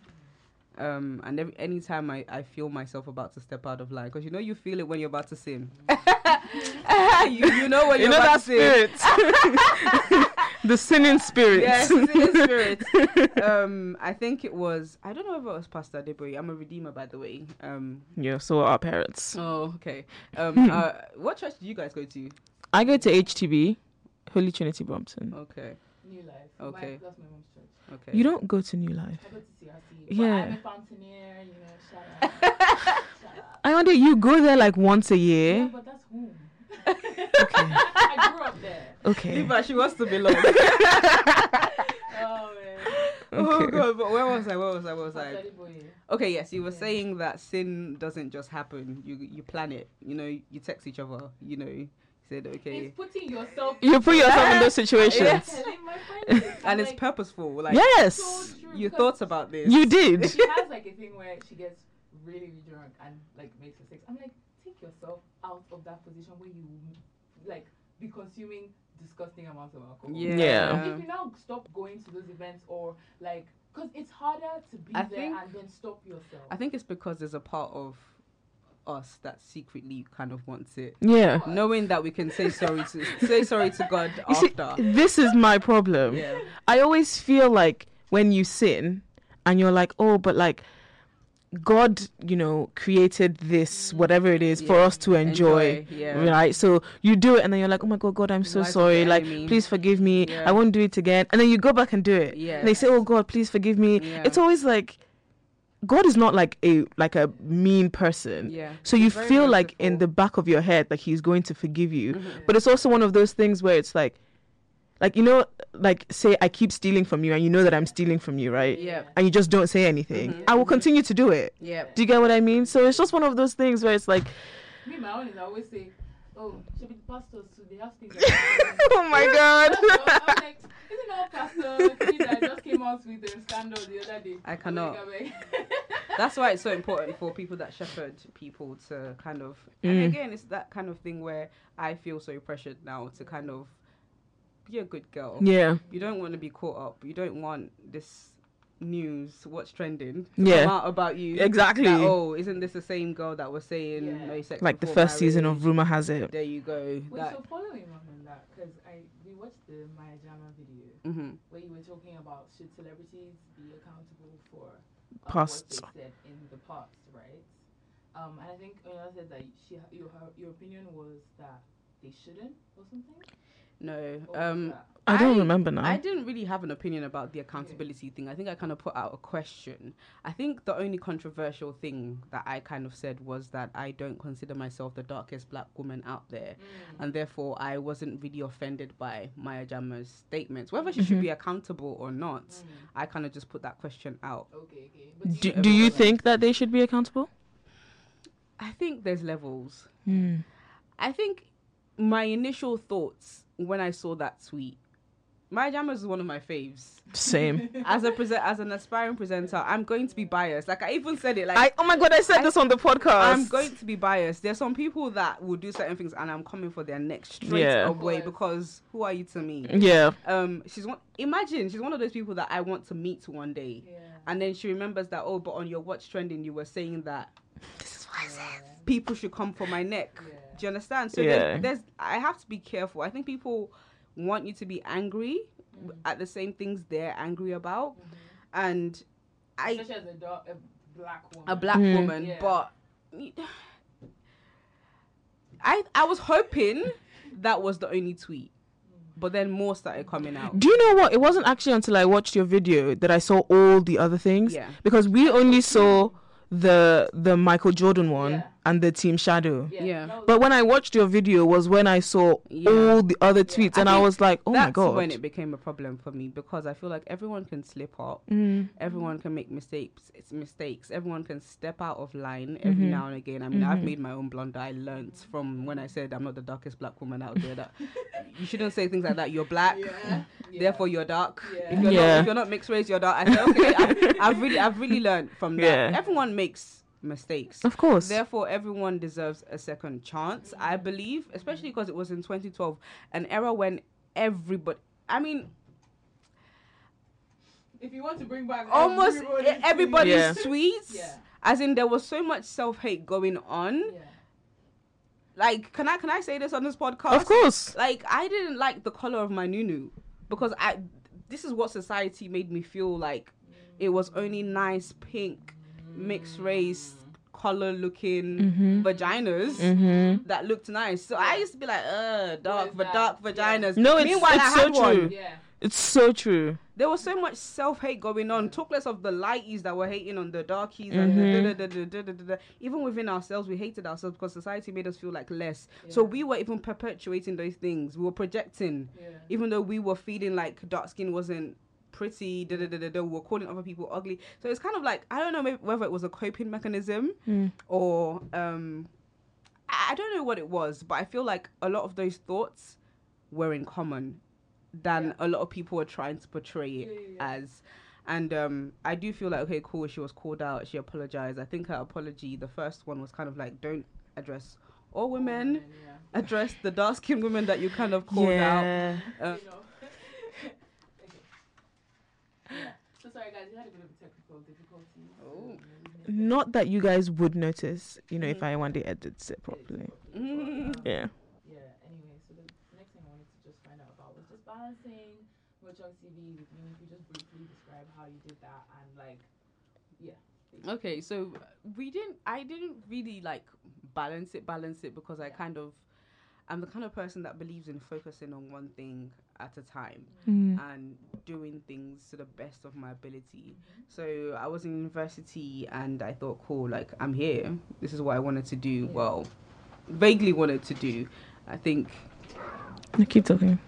S3: Um, and every anytime I, I feel myself about to step out of line, because you know you feel it when you're about to sin. you, you know when
S1: you
S3: you're
S1: know
S3: about
S1: that
S3: to sin.
S1: spirit. the sinning spirit.
S3: Yes, in spirit. um, I think it was. I don't know if it was Pastor Deboy. I'm a redeemer, by the way. Um,
S1: Yeah, so are our parents.
S3: oh, okay.
S1: Hmm.
S3: Um, uh, what church do you guys go to?
S1: I go to HTB, Holy Trinity Brompton.
S3: Okay,
S2: New life.
S3: Okay.
S2: My, that's my mom's church.
S3: okay.
S1: You don't go to New Life.
S2: I go to CRC. But
S1: Eh. Yeah.
S2: I'm a Fountainer, you know, shout out.
S1: I wonder you go there like once a
S2: yeah,
S1: year.
S2: but that's home.
S1: Okay.
S2: I grew up there.
S1: Okay.
S3: Eva, she wants to belong.
S2: Oh, man.
S3: oh
S1: Okay.
S3: God! But where was I? Where was I? Where was I?
S2: Daddy boy.
S3: Okay, yes, you were saying that sin doesn't just happen. You you plan it. You know, you text each other. You know, you said okay,
S2: It's putting yourself
S1: You put yourself in those
S2: I'm
S1: situations.
S2: telling my friends this. I'm
S3: and it's
S2: like,
S3: purposeful. Like
S1: Yes.
S2: so true,
S3: you
S2: because
S3: thought about this.
S1: You did.
S2: She has like a thing where she gets really, really drunk and like makes mistakes. I'm like, take yourself out of that position where you like be consuming disgusting amounts of alcohol.
S3: Yeah.
S1: Yeah.
S2: If you now stop going to those events or like, because it's harder to be
S3: I
S2: there
S3: think-
S2: and then stop yourself.
S3: I think it's because there's a part of us that secretly kind of wants it.
S1: Yeah.
S3: Knowing that we can say sorry to say sorry to God
S1: You see,
S3: after.
S1: this is my problem.
S3: yeah.
S1: I always feel like when you sin and you're like, oh, but like God, you know, created this, whatever it is, for
S3: Mm, Yeah.
S1: us to enjoy.
S3: Yeah.
S1: Right, so you do it, and then you're like, "Oh my God, God, I'm so
S3: Why did
S1: sorry.
S3: you
S1: Like,
S3: hate me?"
S1: please forgive me.
S3: Yeah.
S1: I won't do it again." And then you go back and do it.
S3: Yeah.
S1: And they say, "Oh God, please forgive me."
S3: Yeah.
S1: It's always like, God is not like a like a mean person.
S3: Yeah.
S1: So you
S3: He's very
S1: feel like in
S3: merciful.
S1: the back of your head like he's going to forgive you.
S3: Mm-hmm.
S1: But it's also one of those things where it's like like you know like say I keep stealing from you and you know that I'm stealing from you, right?
S3: Yeah.
S1: And you just don't say anything.
S3: Mhm.
S1: I will continue to do it.
S3: Yeah.
S1: Do you get what I mean? So it's just one of those things where it's like
S2: Me, my own is I always say, oh, should be the pastors too. They have things. Like
S1: oh my god.
S2: I'm like, isn't all pastors things that just came out with the scandal the other day?
S3: I cannot.
S2: I'm like,
S3: That's why it's so important for people that shepherd people to kind of. And
S1: Mm.
S3: again, it's that kind of thing where I feel so pressured now to kind of be a good girl.
S1: yeah.
S3: You don't want to be caught up. You don't want this news, what's trending, to
S1: Yeah.
S3: come out about you.
S1: Exactly.
S3: That, oh, isn't this the same girl that was saying
S2: Yeah.
S3: no sex?
S1: Like the
S3: before
S1: first season
S3: marriage?
S1: of Rumor Has It.
S3: There you go.
S2: Wait,
S3: That.
S2: so follow him up on that because I we watched the Maya Jama video
S3: hmm
S2: where you were talking about should celebrities be accountable for uh,
S1: Past.
S2: what they said in the past, right? Um, and I think Ola said that she your her, your opinion was that they shouldn't or something.
S3: No.
S2: What was
S3: Um.
S2: that?
S1: I don't
S3: I-
S1: remember now.
S3: I didn't really have an opinion about the accountability thing. I think I kind of put out a question. I think the only controversial thing that I kind of said was that I don't consider myself the darkest black woman out there.
S2: Mm.
S3: And therefore, I wasn't really offended by Maya Jama's statements. Whether she
S1: Mm-hmm.
S3: should be accountable or not,
S2: Mm.
S3: I kind of just put that question out.
S2: Okay, okay. But
S1: do,
S2: you-
S1: do you
S3: everyone-
S1: think that they should be accountable?
S3: I think there's levels.
S1: Mm.
S3: I think my initial thoughts when I saw that tweet, Maya Jama is one of my faves.
S1: Same.
S3: as a present as an aspiring presenter, I'm going to be biased. Like I even said it, like
S1: I uh, oh my god, I said
S3: I-
S1: this on the podcast.
S3: I'm going to be biased. There's some people that will do certain things, and I'm coming for their neck straight
S1: Yeah. Mm.
S3: away because who are you to me?
S1: Yeah.
S3: Um, she's one. Imagine she's one of those people that I want to meet one day,
S2: Yeah.
S3: and then she remembers that oh, but on your watch trending, you were saying that
S1: This is what I said.
S3: people should come for my neck.
S2: Yeah.
S3: Do you understand? So there's-
S1: Yeah.
S3: there's, I have to be careful. I think people want you to be angry
S2: Mm.
S3: at the same things they're angry about, and I
S2: Especially as a, dark, a black woman.
S3: a black
S1: Mm.
S3: woman,
S2: Yeah.
S3: but I I was hoping that was the only tweet, but then more started coming out.
S1: Do you know what? It wasn't actually until I watched your video that I saw all the other things.
S3: Yeah.
S1: Because we only saw the the Michael Jordan one
S2: Yeah.
S1: and the Team Shadow.
S3: Yeah.
S2: that was-
S1: But when I watched your video was when I saw
S3: Yeah.
S1: all the other tweets
S3: I
S1: and I
S3: think
S1: was like, oh
S3: That's
S1: my god.
S3: when it became a problem for me because I feel like everyone can slip up,
S1: Mm.
S3: everyone can make mistakes. It's mistakes. Everyone can step out of line every
S1: Mm-hmm.
S3: now and again. I mean, I've made my own blunder. I learnt from when I said I'm not the darkest black woman out there that you shouldn't say things like that. You're black.
S2: yeah. yeah.
S3: therefore you're dark.
S2: Yeah.
S3: If, you're
S1: Yeah.
S3: Not, if you're not mixed race, you're dark. I said, okay, I've, I've really, I've really learned from that.
S1: Yeah.
S3: Everyone makes mistakes.
S1: Of course.
S3: Therefore, everyone deserves a second chance, I believe, especially because it was in 2012, an era when everybody, I mean,
S2: if you want to bring back
S3: almost
S2: everybody's
S3: everybody's
S1: Yeah.
S3: tweets,
S2: Yeah.
S3: as in there was so much self hate going on.
S2: tweets, yeah.
S3: Like, can I can I say this on this podcast?
S1: Of course.
S3: like I didn't like the color of my nunu because I this is what society made me feel like it was only nice pink mixed race color looking vaginas
S1: Mm-hmm.
S3: that looked nice. So I used to be like, uh, dark,
S2: is
S3: but
S2: that?
S3: dark
S2: Yeah.
S3: vaginas.
S1: No, it's-
S3: Meanwhile,
S1: it's
S3: I
S1: so
S3: had one.
S1: true.
S2: Yeah.
S1: It's so true.
S3: There was so much self hate going on. Talk less of the lighties that were hating on the darkies and the da- da- da- da- da- da- da. even within ourselves, we hated ourselves because society made us feel like less. So
S2: Yeah.
S3: we were even perpetuating those things. We were projecting
S2: Yeah.
S3: even though we were feeling like dark skin wasn't pretty, da da da da da, we were calling other people ugly. So it's kind of like I don't know maybe whether it was a coping mechanism or um, I I don't know what it was, but I feel like a lot of those thoughts were in common than a lot of people are trying to portray it
S2: Yeah, yeah, yeah.
S3: as. And um, I do feel like okay, cool. She was called out. She apologized. I think her apology, the first one, was kind of like don't address all women.
S2: Yeah.
S3: Address the dark skinned women that you kind of called out. Uh,
S2: you know. okay. Yeah. So sorry, guys. We had a bit of a technical difficulty. so
S3: Oh.
S2: maybe
S1: Not that you guys would notice, you
S3: Mm.
S1: know, if I one day edits it properly.
S3: Mhm.
S2: Yeah.
S1: Yeah.
S2: Yeah. Anyway, so the next thing I wanted to just find out about was just balancing virtual TV with me. If you just briefly describe how you did that and like, yeah.
S3: Okay, so uh, we didn't. I didn't really like balance it, balance it because I
S2: Yeah.
S3: kind of, I'm the kind of person that believes in focusing on one thing at a time and doing things to the best of my ability. So I was in university and I thought, cool, like I'm here. This is what I wanted to do.
S2: Yeah.
S3: Well, vaguely wanted to do. I think
S1: No, keep talking.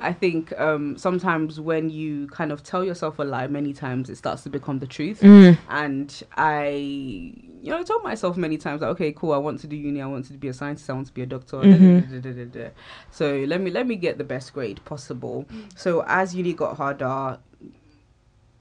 S3: I think um, sometimes when you kind of tell yourself a lie many times, it starts to become the truth.
S1: Mm.
S3: And I, you know, I told myself many times, like, okay, cool, I want to do uni, I want to be a scientist, I want to be a doctor. da, da,
S1: Mhm.
S3: da, da, da, da, da. So let me let me get the best grade possible. So as uni got harder,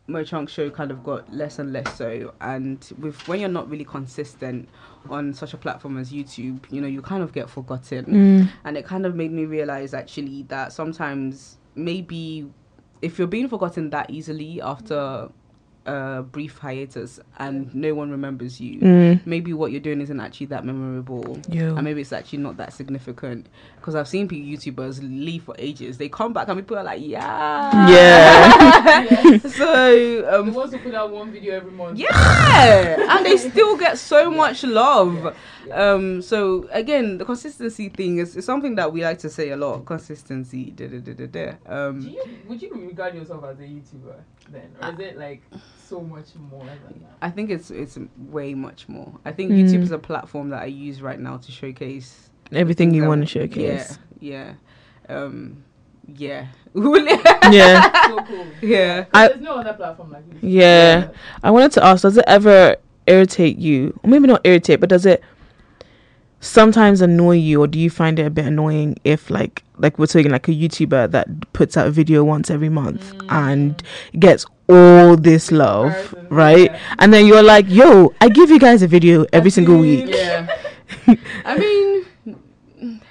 S3: Mo Chunk Show kind of got less and less so. And with when you're not really consistent on such a platform as YouTube, you know, you kind of get forgotten
S1: Mm.
S3: and it kind of made me realize actually that sometimes maybe if you're being forgotten that easily after a brief hiatus and no one remembers you
S1: Mm.
S3: maybe what you're doing isn't actually that memorable
S1: Yo.
S3: and maybe it's actually not that significant because I've seen pe- YouTubers leave for ages. They come back and people are like, yeah,
S2: Yeah.
S3: so
S2: The
S3: um,
S2: ones who put out one video every month.
S3: yeah, and they still get so much love.
S2: Yeah.
S3: Um, so again, the consistency thing is, is something that we like to say a lot. Consistency, da da da da da.
S2: Do
S3: Um,
S2: you, would you regard yourself as a YouTuber then, or is it like so much more than that?
S3: I think it's it's way much more. I think
S1: Mm.
S3: YouTube is a platform that I use right now to showcase
S1: Everything you
S3: that-
S1: want to showcase.
S3: Yeah, yeah, um, yeah.
S1: Yeah.
S2: so cool.
S3: Yeah.
S2: 'Cause
S1: I-
S2: there's no other platform like YouTube.
S1: Yeah. I wanted to ask, does it ever irritate you? Or maybe not irritate, but does it sometimes annoy you or do you find it a bit annoying if like like we're talking like a YouTuber that puts out a video once every month
S3: Mm.
S1: and gets all this love,
S2: Comparison,
S1: right?
S2: yeah.
S1: And then you're like, yo, I give you guys a video every single week.
S3: yeah. I mean,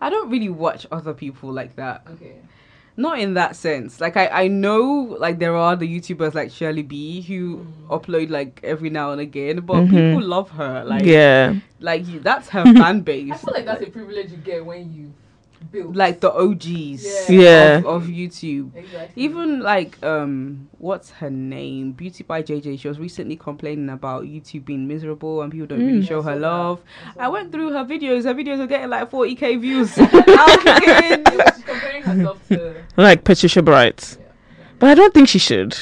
S3: I don't really watch other people like that.
S2: Okay.
S3: Not in that sense. Like I, I know like there are the YouTubers like Shirley B who
S2: Mm.
S3: upload like every now and again, but
S1: Mhm.
S3: people love her. Like
S1: yeah.
S3: like you, that's her fan base.
S2: I feel like that's a privilege you get when you build.
S3: like the OGs
S2: Yeah.
S1: Yeah.
S3: Of, of YouTube.
S2: exactly.
S3: Even like um what's her name? Beauty by JJ. She was recently complaining about YouTube being miserable and people don't really
S1: Mm.
S3: show
S2: I saw
S3: her
S2: that.
S3: love.
S2: saw
S3: I went
S2: that.
S3: through her videos. Her videos were getting like 40k views. I was thinking,
S2: Yeah, but she's comparing herself to.
S1: Like Patricia Bright.
S2: Yeah.
S1: But I don't think she should.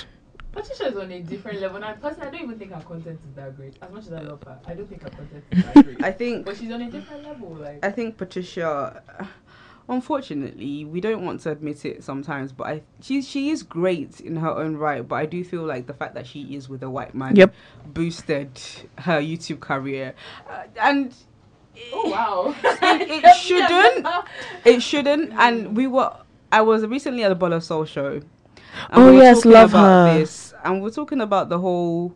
S2: Patricia is on a different level. Now, personally, I don't even think her content is that great. As much as I love her, I don't think her content is that great.
S3: I think
S2: but she's on a different level. Like,
S3: I think Patricia. uh, Unfortunately, we don't want to admit it sometimes, but I she she is great in her own right. But I do feel like the fact that she is with a white man
S1: Yep.
S3: boosted her YouTube career, uh, and
S2: oh wow,
S3: It- it shouldn't. it shouldn't. And we were I was recently at the Bola Soul show. and
S1: Oh,
S3: were
S1: yes,
S3: talking
S1: love
S3: about
S1: her.
S3: This, and we're talking about the whole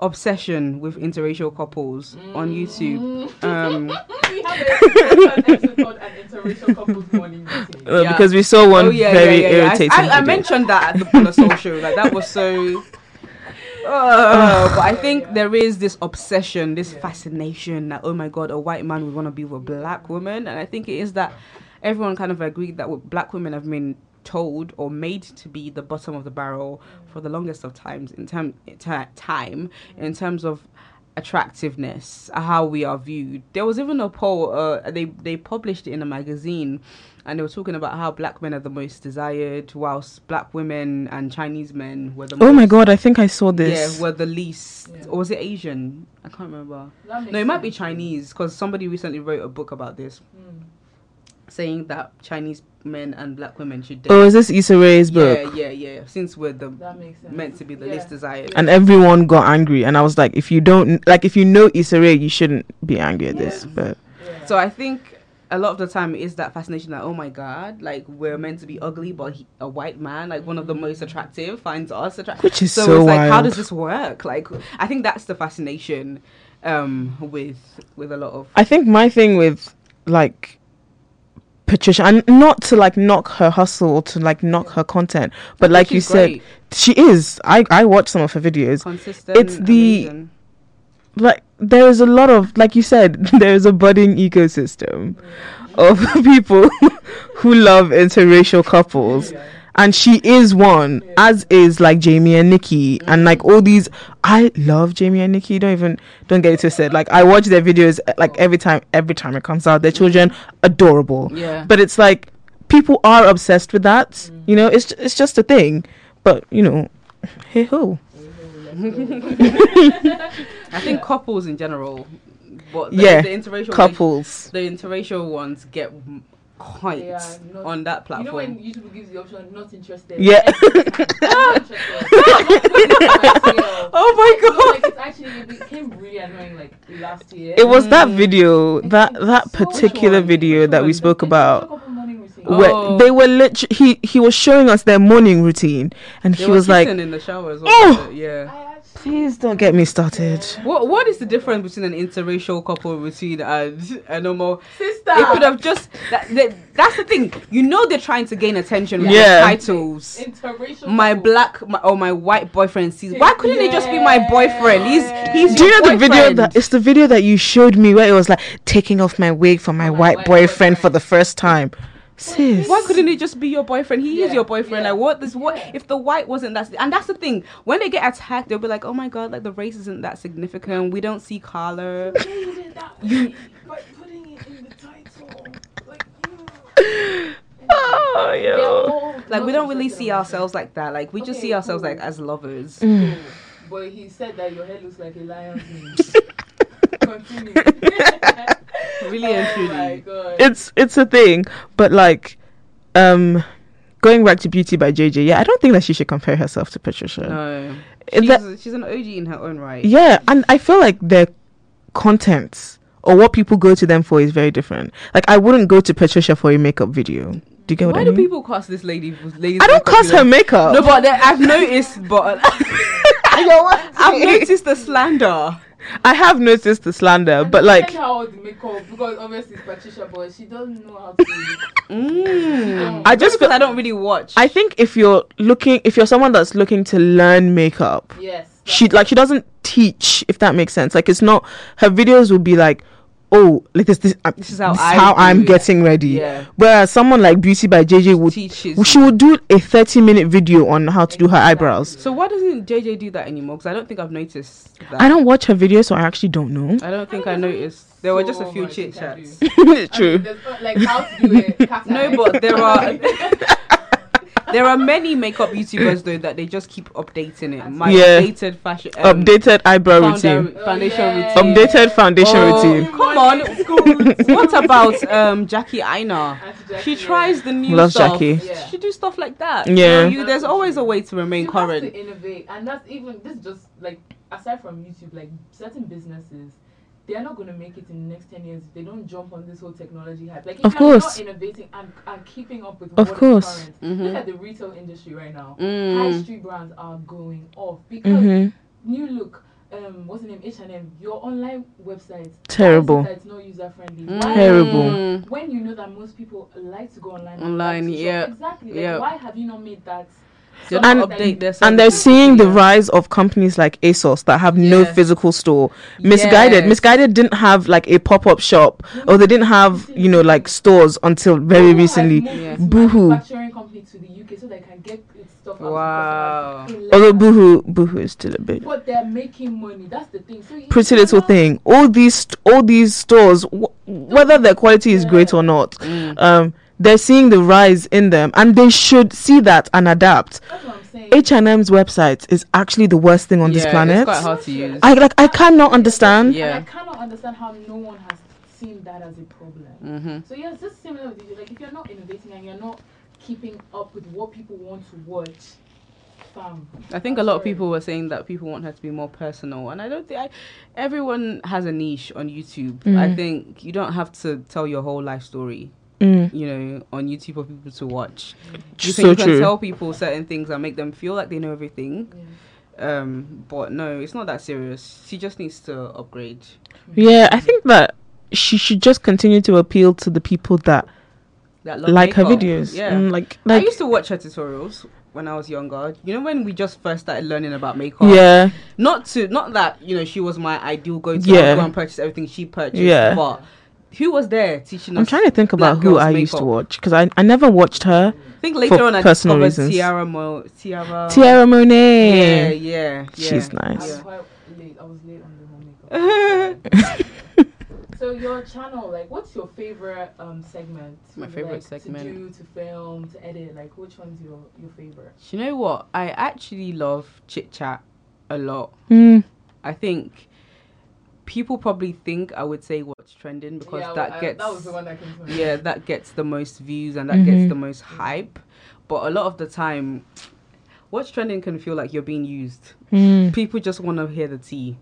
S3: obsession with interracial couples on YouTube.
S2: Mm.
S3: Um,
S2: we have a an episode called an interracial couples morning meeting.
S1: Uh,
S3: Yeah.
S1: Because we saw one
S3: Oh, yeah,
S1: very
S3: yeah, yeah, yeah. I-
S1: irritating.
S3: I, I,
S1: video.
S3: mentioned that at the Paula Soul show. Like that was so. Uh, but I think
S2: Yeah.
S3: there is this obsession, this
S2: Yeah.
S3: fascination that oh my god, a white man would want to be with a black woman, and I think it is that everyone kind of agreed that what black women have been told or made to be the bottom of the barrel for the longest of times in term in ter- time in terms of attractiveness, how we are viewed. There was even a poll. Uh, they they published it in a magazine, and they were talking about how black men are the most desired, whilst black women and Chinese men were the
S1: Oh
S3: most,
S1: my god, I think I saw
S3: yeah
S1: this.
S3: were the least.
S2: Yeah.
S3: Or was it Asian? I can't remember.
S2: That makes
S3: No, it might be
S2: sense.
S3: Chinese because somebody recently wrote a book about this,
S2: Mm.
S3: saying that Chinese men and black women should date.
S1: oh, is this Issa Rae's book?
S3: yeah, yeah, yeah. Since we're the
S2: That makes sense.
S3: meant to be the
S2: yeah.
S3: least desired.
S1: And everyone got angry, and I was like, if you don't like, if you know Issa Rae, you shouldn't be angry at this.
S3: Yeah.
S1: But
S2: Yeah.
S3: So I think a lot of the time it is that fascination that oh my god, like we're meant to be ugly, but he, a white man, like one of the most attractive, finds us attractive.
S1: which is so,
S3: So, it's like,
S1: wild.
S3: how does this work? Like, I think that's the fascination um, with with a lot of.
S1: I think my thing with like Patricia, and not to like knock her hustle or to like knock her content, but like you
S3: She's
S1: said,
S3: great,
S1: she is. I I watched some of her videos.
S3: consistent.
S1: it's the-
S3: amazing.
S1: like there is a lot of like you said there is a budding ecosystem of people who love interracial couples and she is one as is like jamie and nikki and like all these i love jamie and nikki don't even don't get it twisted like i watch their videos uh, like every time every time it comes out their children adorable
S3: Yeah.
S1: but it's like people are obsessed with that you know it's it's just a thing but you know hey ho
S3: I think couples in general, but the,
S1: Yeah,
S3: the interracial
S1: couples
S3: the interracial ones get m- quite
S2: They are not-
S3: on that
S2: You know
S3: platform.
S2: when YouTube gives the option not interested.
S1: Yeah.
S2: Not interested.
S1: oh my god
S2: Like, it's actually it became really annoying like last year.
S1: it was that
S3: Mm.
S1: video that
S2: It's
S1: that
S2: so
S1: particular
S3: annoying.
S1: video
S3: Which
S1: that we
S3: one?
S1: spoke
S2: It's
S1: about
S2: a couple morning routine.
S3: Oh.
S1: where they were lit he he was showing us their morning routine and
S3: They
S1: he
S3: were
S1: was like
S3: kissing in the shower as well.
S1: "Oh!"
S3: wasn't it? Yeah.
S2: I actually-
S1: please don't get me started
S3: What What is the difference between an interracial couple routine and a normal?
S2: Sister.
S3: It could have just. That, that, that's the thing. You know they're trying to gain attention with
S1: Yeah.
S3: their titles.
S2: Interracial.
S3: My
S2: couple.
S3: black my, or my white boyfriend sees. Why couldn't it just be my boyfriend? He's he's.
S1: do you
S3: your
S1: know the video
S3: boyfriend.
S1: that it's the video that you showed me where it was like taking off my wig for my
S2: my
S1: white,
S2: white
S1: boyfriend,
S2: boyfriend.
S1: for the first time sis
S3: Why couldn't it just be your boyfriend? He is
S2: Yeah,
S3: your boyfriend.
S2: yeah,
S3: Like what this what
S2: yeah.
S3: if the white wasn't that and that's the thing. When they get attacked, they'll be like, Oh my god, like the race isn't that significant. We don't see color.
S2: Yeah, you did that way, by putting it in the title. Like, you-
S1: oh
S2: They're
S1: yo
S2: all
S3: Like we
S2: not
S3: don't really
S2: interested
S3: see
S2: in
S3: ourselves like that. Like we just
S2: Okay,
S3: see ourselves
S2: cool.
S3: like as lovers.
S2: myself. But he said that your hair looks like a lion's mane. Continue.
S3: Really and
S2: oh my
S3: truly.
S2: god.
S1: it's it's a thing but like um going back to beauty by jj yeah i don't think that she should compare herself to patricia
S3: No.
S1: Is
S3: She's,
S1: that-
S3: she's an OG in her own right.
S1: Yeah, and I feel like their content or what people go to them for is very different. Like I wouldn't go to Patricia for a makeup video. Do you get what
S3: Why
S1: I
S3: do
S1: mean?
S3: people cuss this lady lady?
S1: I don't cuss her makeup.
S3: No, but they- I've noticed but I've noticed the slander.
S1: I have noticed the slander,
S2: And
S1: but
S2: they
S1: like
S2: send her all the makeup because obviously it's Patricia, but she doesn't know how to.
S3: Mm.
S1: I just
S3: because
S1: feel-
S3: I don't really watch.
S1: I think if you're looking if you're someone that's looking to learn makeup,
S2: yes.
S1: she like she doesn't teach if that makes sense. Like it's not her videos will be like Oh, like this, this, uh,
S3: This is how
S1: this
S3: I do
S1: I'm
S3: it.
S1: getting ready.
S3: Yeah.
S1: Whereas someone like Beauty by JJ would
S3: teaches.
S1: Well, she will do a 30 minute video on how to do her eyebrows.
S3: So why doesn't JJ do that anymore? Because I don't think I've noticed that.
S1: I don't watch her videos, so I actually don't know.
S3: I don't think I
S2: I don't
S3: noticed. There were just a
S2: so
S3: few
S2: much you
S3: chit
S2: can
S3: chats.
S2: do. I mean,
S1: True.
S2: there's not, like how to do it. cat
S3: No,
S2: eye.
S3: but there are- There are many makeup YouTubers though that they just keep updating it. My
S1: Yeah.
S3: updated fashion.
S1: Updated eyebrow
S3: um, founder-
S1: routine.
S3: foundation
S2: Oh, yeah.
S3: routine.
S1: Updated foundation
S3: Oh,
S1: routine.
S3: Come on. what about um Jackie Aina?
S2: Anti-Jackie,
S3: She
S2: yeah.
S3: tries the new
S1: Love
S3: stuff.
S1: Jackie.
S2: Yeah.
S3: She do stuff like that.
S1: Yeah.
S3: You, there's always a way to remain
S2: You have
S3: current.
S2: to innovate, and that's even this just like aside from YouTube, like certain businesses, they are not going to make it in the next ten years. if They don't jump on this whole technology hype. Like if
S1: Of
S2: you're
S1: course.
S2: not innovating and, and keeping up with
S1: Of
S2: what is
S1: course. Mm-hmm.
S2: current. Look
S3: Mhm.
S2: at the retail industry right now. High
S3: Mm.
S2: street brands are going off because
S1: Mm-hmm.
S2: new look. Um, what's the name? H and M. Your online website.
S1: Terrible. Mm,
S2: That's not user friendly.
S1: Terrible.
S3: Mm.
S2: When you know that most people like to go online. and
S3: Online,
S2: like to shop.
S3: yeah,
S2: Exactly. Like,
S3: yeah.
S2: Why have you not made that?
S3: They
S1: And-
S3: don't update their
S1: And they're
S3: services.
S1: seeing the
S3: Yeah.
S1: rise of companies like ASOS that have no
S3: Yeah.
S1: physical store. Misguided.
S3: Yes.
S1: Misguided didn't have like a pop up shop or they didn't have, you know, like stores until very
S2: Who has
S1: recently.
S2: moved
S3: Yeah.
S2: its
S1: Boohoo.
S2: Manufacturing company to the UK so they can get its stuff out.
S3: Wow.
S2: To customers in
S1: Although
S2: less time.
S1: Boohoo, Boohoo is still a bit.
S2: But they're making money. That's the thing. So you
S1: Pretty
S2: you
S1: little
S2: know,
S1: thing. All these, st- all these stores, w- whether their quality is great or not,
S3: Mm.
S1: um, they're seeing the rise in them, and they should see that and adapt.
S2: That's what I'm saying.
S1: H and M's website is actually the worst thing on this
S3: Yeah,
S1: planet.
S3: It's quite hard to use.
S1: I like, I cannot understand.
S3: Yeah.
S2: And I cannot understand how no one has seen that as a problem.
S3: Mm-hmm.
S2: So yeah, it's just similar with you. Like if you're not innovating and you're not keeping up with what people want to watch, fam.
S3: I think a lot of people were saying that people want her to be more personal, and I don't think I, everyone has a niche on YouTube. I
S1: Mm.
S3: think you don't have to tell your whole life story,
S1: Mm,
S3: you know, on YouTube for people to watch. You can,
S1: so
S3: you can
S1: true.
S3: tell people certain things and make them feel like they know everything. Um, but no, it's not that serious. She just needs to upgrade.
S1: Yeah, I think that she should just continue to appeal to the people that
S3: That love
S1: like her
S3: makeup.
S1: videos.
S3: Yeah.
S1: Mm, like,
S3: I
S1: like
S3: used to watch her tutorials. when I was younger. You know when we just first started learning about makeup.
S1: yeah,
S3: Not to not that you know she was my ideal go to.
S1: Yeah.
S3: Go and purchase everything she purchased.
S1: Yeah.
S3: But who was there teaching us?
S1: I'm trying to think
S3: black
S1: about who
S3: girls'
S1: I used to
S3: makeup.
S1: watch because I, I never watched her.
S3: I think later on I
S1: personal
S3: discovered
S1: reasons.
S3: Tiara Mo. Tiara.
S1: Tierra
S3: Oh. Yeah,
S1: Monet.
S3: yeah, yeah.
S1: She's
S2: I
S1: nice.
S2: was quite late. I was late on the home makeup. so your channel, like, what's your favorite um segment?
S3: My favorite
S2: like,
S3: segment.
S2: to do, to film, to edit. Like, which one's your your favorite?
S3: Do you know what? I actually love chit chat a lot.
S1: Mm,
S3: I think people probably think I would say what's trending because
S2: yeah,
S3: that
S2: I-
S3: gets
S2: that was the one that came to my
S3: yeah that gets the most views and that gets
S1: Mhm.
S3: the most hype. But a lot of the time, what's trending can feel like you're being used.
S1: mm.
S3: People just want to hear the tea.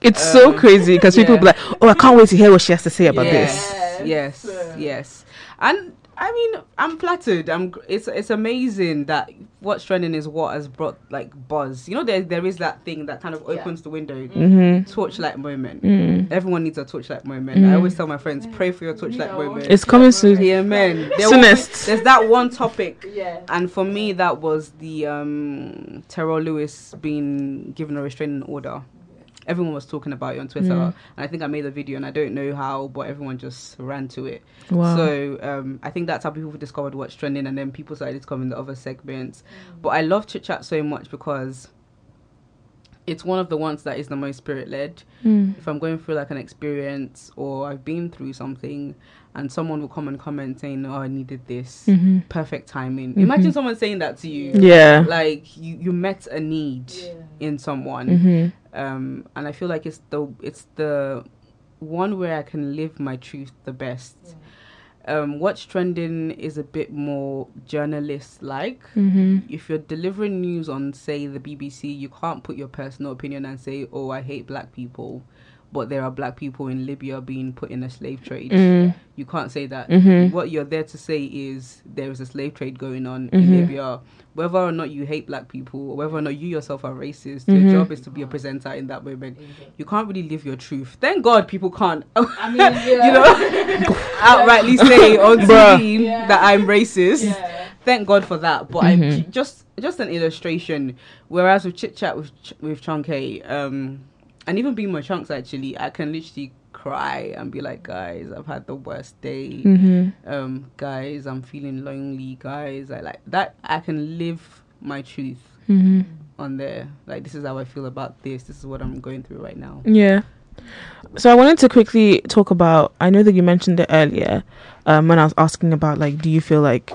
S1: It's so
S3: Um,
S1: crazy because people
S3: yeah.
S1: be like, "Oh, I can't wait to hear what she has to say about
S3: yes,
S1: this."
S3: yes,
S2: Yes.
S3: yes. And I mean, I'm flattered. I'm. gr- It's it's amazing that what's trending is what has brought like buzz. You know, there there is that thing that kind of
S2: Yeah. Mm.
S3: opens the window,
S1: Mm-hmm.
S3: torchlight moment.
S1: Mm.
S3: Everyone needs a torchlight moment. I
S1: Mm.
S3: always tell my friends, pray for your
S2: You
S3: torchlight
S2: know,
S3: moment.
S1: It's coming soon.
S3: Yeah, Amen. There will be-
S1: Soonest.
S3: there's that one topic,
S2: Yeah.
S3: and for me, that was the um, Terrell Lewis being given a restraining order. Everyone was talking about it on Twitter,
S1: Mm.
S3: and I think I made a video, and I don't know how, but everyone just ran to it.
S1: Wow.
S3: So um, I think that's how people discovered what's trending, and then people started discovering the other segments.
S2: Mm.
S3: But I love chit chat so much because it's one of the ones that is the most spirit led
S1: Mm.
S3: if I'm going through like an experience or I've been through something and someone will come and comment saying, Oh, I needed this.
S1: hmm
S3: Perfect timing.
S1: Mhm.
S3: Imagine someone saying that to you.
S1: Yeah.
S3: Like you, you met a need
S2: Yeah.
S3: in someone.
S1: Mm-hmm.
S3: Um and I feel like it's the it's the one where I can live my truth the best. Um what's trending is a bit more journalist like.
S1: Mm-hmm.
S3: If you're delivering news on, say, the BBC, you can't put your personal opinion and say, "Oh, I hate black people," but there are black people in Libya being put in a slave trade.
S1: Mm.
S3: You can't say that.
S1: Mm-hmm.
S3: What you're there to say is there is a slave trade going on
S1: Mhm.
S3: in Libya. Whether or not you hate black people, or whether or not you yourself are racist,
S1: Mhm.
S3: your job is to be a presenter in that moment. You can't really live your truth. Thank God people can't
S2: I mean, yeah.
S3: You know? outrightly say on
S1: Bruh.
S3: TV
S2: Yeah.
S3: that I'm racist
S2: yeah.
S3: thank God for that. But I'm
S1: Mhm.
S3: j- just just an illustration. Whereas with chit chat with Ch- with Chunke, um, and even being my chunks actually, I can literally cry and be like, guys, I've had the worst day.
S1: Mm-hmm.
S3: Um, guys, I'm feeling lonely. Guys, I like that. I can live my truth
S1: Mm-hmm.
S3: on there. Like this is how I feel about this. This is what I'm going through right now.
S1: Yeah. So I wanted to quickly talk about. I know that you mentioned it earlier um, when I was asking about like, do you feel like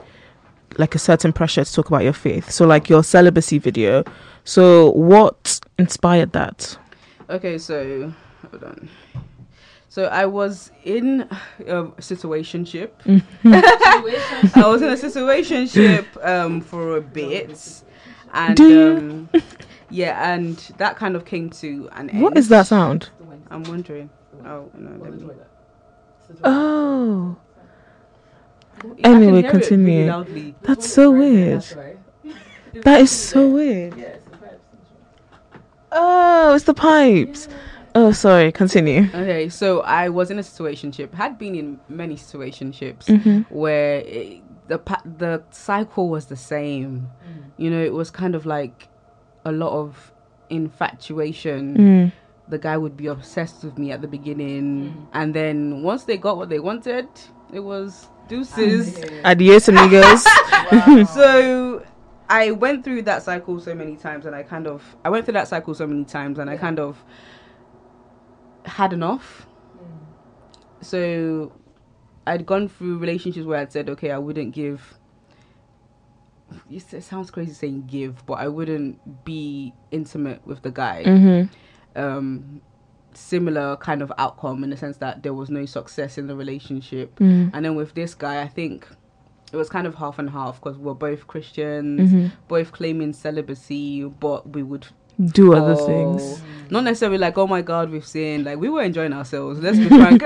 S1: like a certain pressure to talk about your faith? So like your celibacy video. So what inspired that?
S3: Okay, so hold on. So I was in a situationship. I was in a situationship um, for a bit, and
S1: Ding.
S3: um, yeah, and that kind of came to an end.
S1: What is that sound?
S3: I'm wondering. Oh no, let me.
S1: Oh,
S3: I can
S1: Anyway,
S3: hear it really
S1: continue.
S3: loudly.
S1: That's so weird. that is so weird.
S2: Yes,
S1: Oh, it's the pipes. Oh, sorry. Continue.
S3: Okay, so I was in a situationship. Had been in many situationships
S1: Mm-hmm.
S3: where it, the pa- the cycle was the same. You know, it was kind of like a lot of infatuation.
S1: Mm.
S3: the guy would be obsessed with me at the beginning,
S2: Mm.
S3: and then once they got what they wanted, it was deuces.
S1: Adios, amigos.
S3: So I went through that cycle so many times, and I kind of I went through that cycle so many times, and I
S2: Yeah.
S3: kind of had enough. So I'd gone through relationships where I'd said, okay, I wouldn't give. It sounds crazy saying give, but I wouldn't be intimate with the guy
S1: mm-hmm.
S3: um similar kind of outcome in the sense that there was no success in the relationship
S1: Mm.
S3: and then with this guy i think it was kind of half and half because we're both christians
S1: Mm-hmm.
S3: both claiming celibacy but we would
S1: Do other
S3: fall-
S1: things.
S3: Oh. not necessarily like oh my god we've sinned like we were enjoying ourselves let's be frank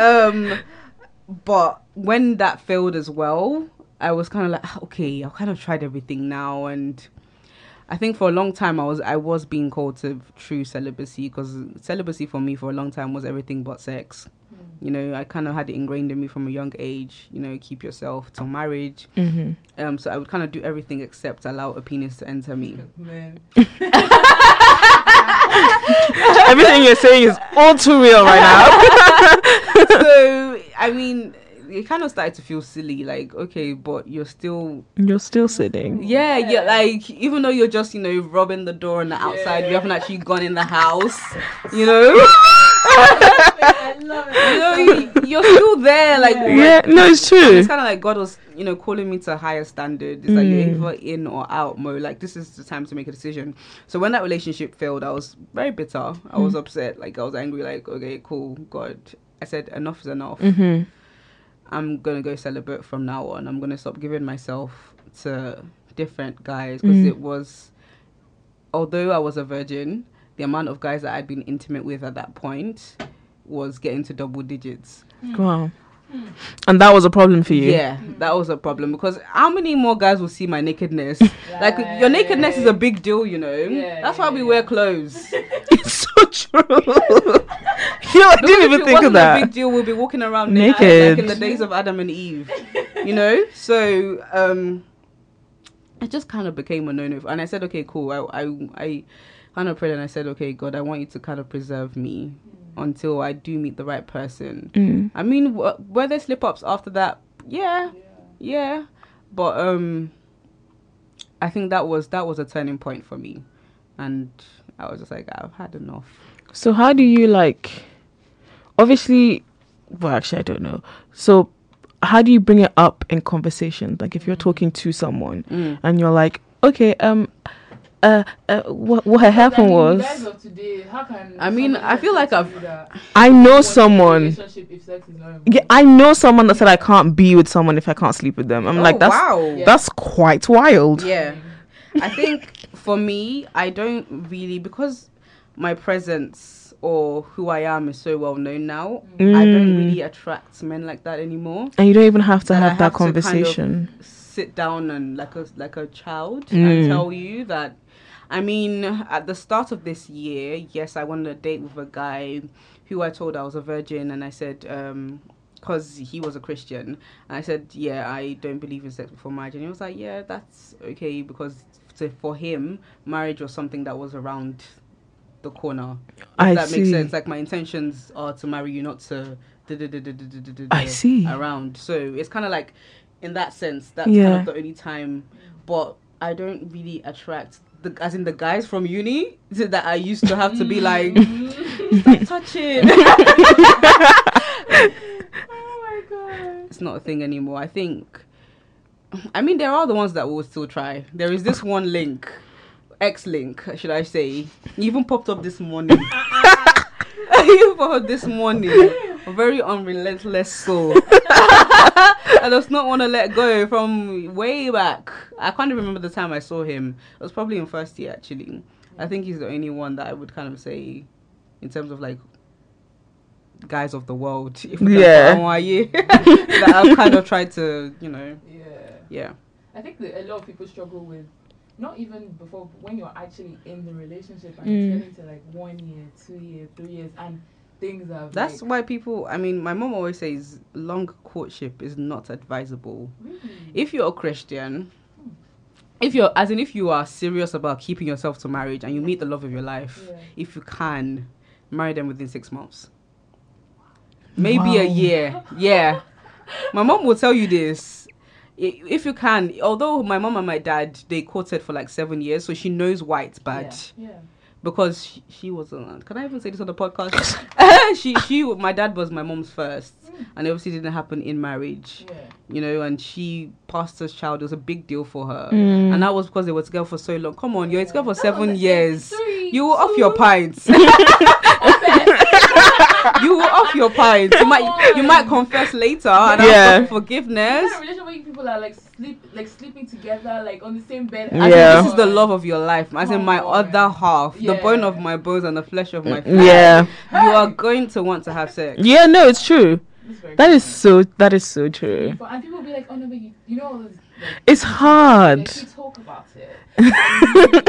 S3: um but when that failed as well i was kind of like "Ah, okay i've kind of tried everything now and i think for a long time i was i was being called to true celibacy because celibacy for me for a long time was everything but sex You know, I kind of had it ingrained in me from a young age. You know, keep yourself till marriage.
S1: Mm-hmm.
S3: Um, so I would kind of do everything except allow a penis to enter me.
S2: Man.
S1: Everything you're saying is all too real right now.
S3: so I mean, it kind of started to feel silly. Like, okay, but you're still
S1: You're still sitting.
S3: Yeah, yeah,
S2: Yeah.
S3: like even though you're just, you know, rubbing the door on the outside, you
S2: Yeah.
S3: haven't actually gone in the house, you know?
S2: I love it.
S3: you know, you, you're still there, like
S2: Yeah.
S3: what-
S1: Yeah, no, it's true.
S3: It's kind of like God was, you know, calling me to a higher standard. It's like
S1: Mm.
S3: you're either in or out mode. Like this is the time to make a decision. So when that relationship failed, I was very bitter. I
S1: Mm.
S3: was upset. Like I was angry. Like okay, cool, God. I said enough is enough.
S1: Mm-hmm.
S3: I'm gonna go celebrate from now on. I'm gonna stop giving myself to different guys because
S1: Mm.
S3: it was, although I was a virgin, the amount of guys that I'd been intimate with at that point was getting to double digits.
S1: Wow. And that was a problem for you.
S3: Yeah, that was a problem because how many more guys will see my nakedness? like your
S2: Right.
S3: nakedness is a big deal, you know.
S2: Yeah,
S3: That's why
S2: yeah,
S3: we
S2: yeah.
S3: wear clothes.
S1: It's so true. you know, I
S3: Because
S1: didn't
S3: if
S1: even
S3: it
S1: think of
S3: wasn't
S1: that.
S3: A big deal. We'll be walking around naked,
S1: Naked.
S3: like in the days of Adam and Eve. You know, so um, it just kind of became a no-no. And I said, okay, cool. I, I, I kind of prayed and I said, okay, God, I want you to kind of preserve me until I do meet the right person.
S1: Mm.
S3: I mean, w- were there slip-ups after that? Yeah, yeah, but um, I think that was that was a turning point for me, and I was just like, I've had enough.
S1: So how do you like? Obviously, well, actually, I don't know. So how do you bring it up in conversation? Like if you're talking to someone
S3: Mm.
S1: and you're like, okay, um, uh, uh what what had happened
S2: Like, in
S1: was
S2: the guise of today, how can
S3: I mean,
S2: somebody
S3: I feel like
S2: expect
S3: I've-
S2: you that
S1: I
S2: you
S1: know
S2: want to be in a
S1: someone.
S2: Relationship if sex is not involved?
S1: Yeah, I know someone that said I can't be with someone if I can't sleep with them. I'm
S3: Oh,
S1: like, that's
S3: wow.
S1: that's quite wild.
S3: Yeah. I think for me, I don't really because my presence or who I am is so well known now. I don't
S1: Mm.
S3: really attract men like that anymore.
S1: And you don't even have to
S3: Then I
S1: have that
S3: have to kind of-
S1: conversation.
S3: Sit down and like a like a child
S1: Mm.
S3: and tell you that. I mean, at the start of this year, yes, I went on a date with a guy who I told I was a virgin, and I said. um 'cause because he was a Christian, and I said, "Yeah, I don't believe in sex before marriage," and he was like, "Yeah, that's okay," because to, for him, marriage was something that was around the corner. If
S1: I
S3: that
S1: see.
S3: makes sense. Like my intentions are to marry you, not to da- da- da- da- da- da- da-
S1: I
S3: da
S1: see.
S3: around. So it's kind of like, in that sense, that's
S1: Yeah.
S3: kind of the only time. But I don't really attract the as in the guys from uni th- that I used to have to be like, stop touching.
S2: Oh my god.
S3: it's not a thing anymore. I think. I mean, there are the ones that will still try. There is this one link, X link, should I say? Even popped up this morning. Even popped up this morning. A very unrelentless soul. I just not want to let go from way back. I can't even remember the time I saw him. It was probably in first year actually. I think he's the only one that I would kind of say, in terms of like guys of the world, if we
S1: Yeah.
S3: yeah. that I've kind of tried to, you know,
S2: Yeah.
S3: yeah.
S2: I think that a lot of people struggle with not even before when you're actually in the relationship and
S1: Mm.
S2: it's getting to like one year, two year, three years, and things are
S3: That's
S2: like,
S3: why people. I mean, my mom always says long courtship is not advisable.
S2: really
S3: If you're a Christian, if you're as in if you are serious about keeping yourself to marriage and you meet the love of your life,
S2: Yeah.
S3: if you can, marry them within six months. Maybe a
S1: Wow.
S3: year. Yeah. my mom will tell you this. I- If you can, although my mom and my dad they courted for like seven years, so she knows why it's bad
S2: yeah.
S3: because she, she was on. Can I even say this on the podcast? she she my dad was my mom's first,
S2: Mm.
S3: and it obviously didn't happen in marriage,
S2: yeah, yeah.
S3: you know. And she passed her child; it was a big deal for her,
S1: Mm.
S3: and that was because they were together for so long. Come on, you're together for
S2: That was
S3: seven
S2: like
S3: years.
S2: three,
S3: You were off
S2: two,
S3: your pints. you were off your pints. You might you might confess later and
S1: Yeah.
S3: ask for
S2: Is
S3: forgiveness.
S2: that a relationship where you people are like sleep, like sleeping together, like on the same bed?
S1: I
S3: I
S1: Yeah.
S3: think this is the love of your life, as in my
S2: Come on.
S3: other half, the
S2: Yeah.
S3: bone of my bones and the flesh of my flesh.
S1: Yeah.
S3: You are going to want to have sex.
S1: Yeah, no, it's true.
S2: It's very
S1: That is
S2: different.
S1: so that is so true.
S2: But, and people be like, oh no, but you, you know, all this, like,
S1: It's hard.
S2: like, you talk about it. And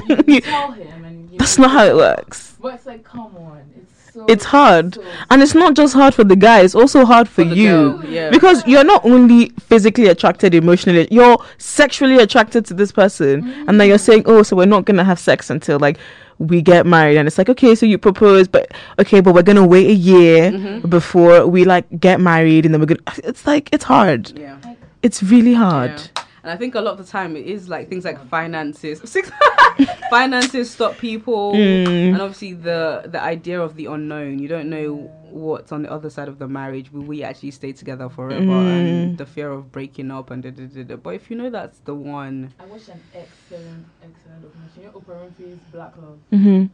S2: you, you, you tell him, and you,
S1: That's not how it works.
S2: But it's like, come on, it's So-
S1: it's hard.
S2: so-
S1: And it's not just hard for the guy, it's also hard for,
S3: For the
S1: you.
S3: girl, yeah.
S1: Because you're not only physically attracted emotionally, you're sexually attracted to this person. And then you're saying, oh, so we're not going to have sex until like we get married. And it's like, okay, so you propose, but okay, but we're going to wait a year
S3: Mm-hmm.
S1: before we like get married. And then we're going to. It's like, it's hard.
S3: yeah.
S1: It's really hard.
S3: Yeah. And I think a lot of the time it is like things like finances, Six- finances stop people,
S1: Mm.
S3: and obviously the the idea of the unknown. You don't know what's on the other side of the marriage. Will we actually stay together forever?
S1: Mm.
S3: And the fear of breaking up and da, da, da, da. But if you know that's the one,
S2: I watched an excellent, excellent documentary. You know, Oprah Winfrey's Black Love.
S1: hmm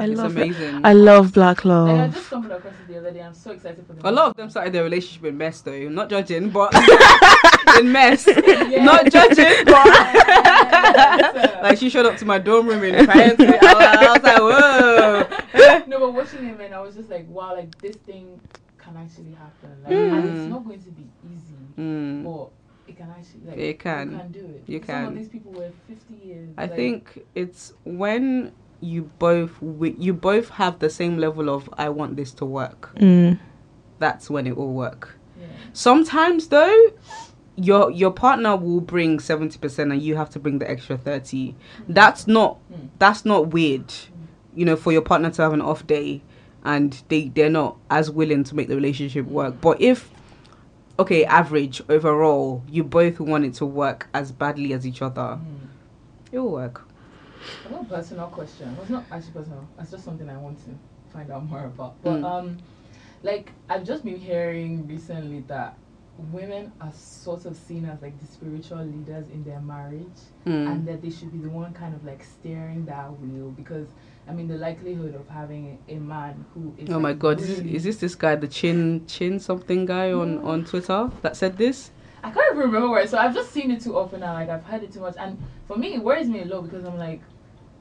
S1: I
S3: it's
S1: love it.
S3: amazing.
S1: I love black
S2: Like, I
S1: love.
S2: just stumbled across it the other day. I'm so excited for the
S3: a lot of them started their relationship in mess though. Not judging, but in mess.
S2: Yeah.
S3: Not judging, but.
S2: Yeah.
S3: Like she showed up to my dorm room in pants. I was like- I was like, whoa.
S2: no, but watching him and I was just like, wow, like this thing can actually happen. Like,
S3: Hmm.
S2: and it's not going to be easy,
S3: Mm.
S2: but it can actually. Like,
S3: It
S2: You
S3: can.
S2: can do it.
S3: You
S2: Some
S3: can.
S2: of these people were 50 years.
S3: I
S2: like,
S3: think it's when you both wi- you both have the same level of I want this to work.
S1: Mm.
S3: That's when it will work.
S2: Yeah.
S3: Sometimes though, your your partner will bring seventy percent and you have to bring the extra thirty. That's not
S2: Mm.
S3: that's not weird, you know, for your partner to have an off day and they they're not as willing to make the relationship work. But if okay, average overall, you both want it to work as badly as each other, it will work.
S2: I've got Hmm. a personal question. Well, it's not actually personal. It's just something I want to find out more about. But
S3: Mm.
S2: um, like I've just been hearing recently that women are sort of seen as like the spiritual leaders in their marriage,
S3: Mm.
S2: and that they should be the one kind of like steering that wheel because. I mean, the likelihood of having a man who is
S3: Oh my
S2: like,
S3: god, is,
S2: really-
S3: is this this guy, the chin chin something guy on on Twitter that said this?
S2: I can't even remember where. So I've just seen it too often now. Like I've heard it too much, and for me, it worries me a lot because I'm like,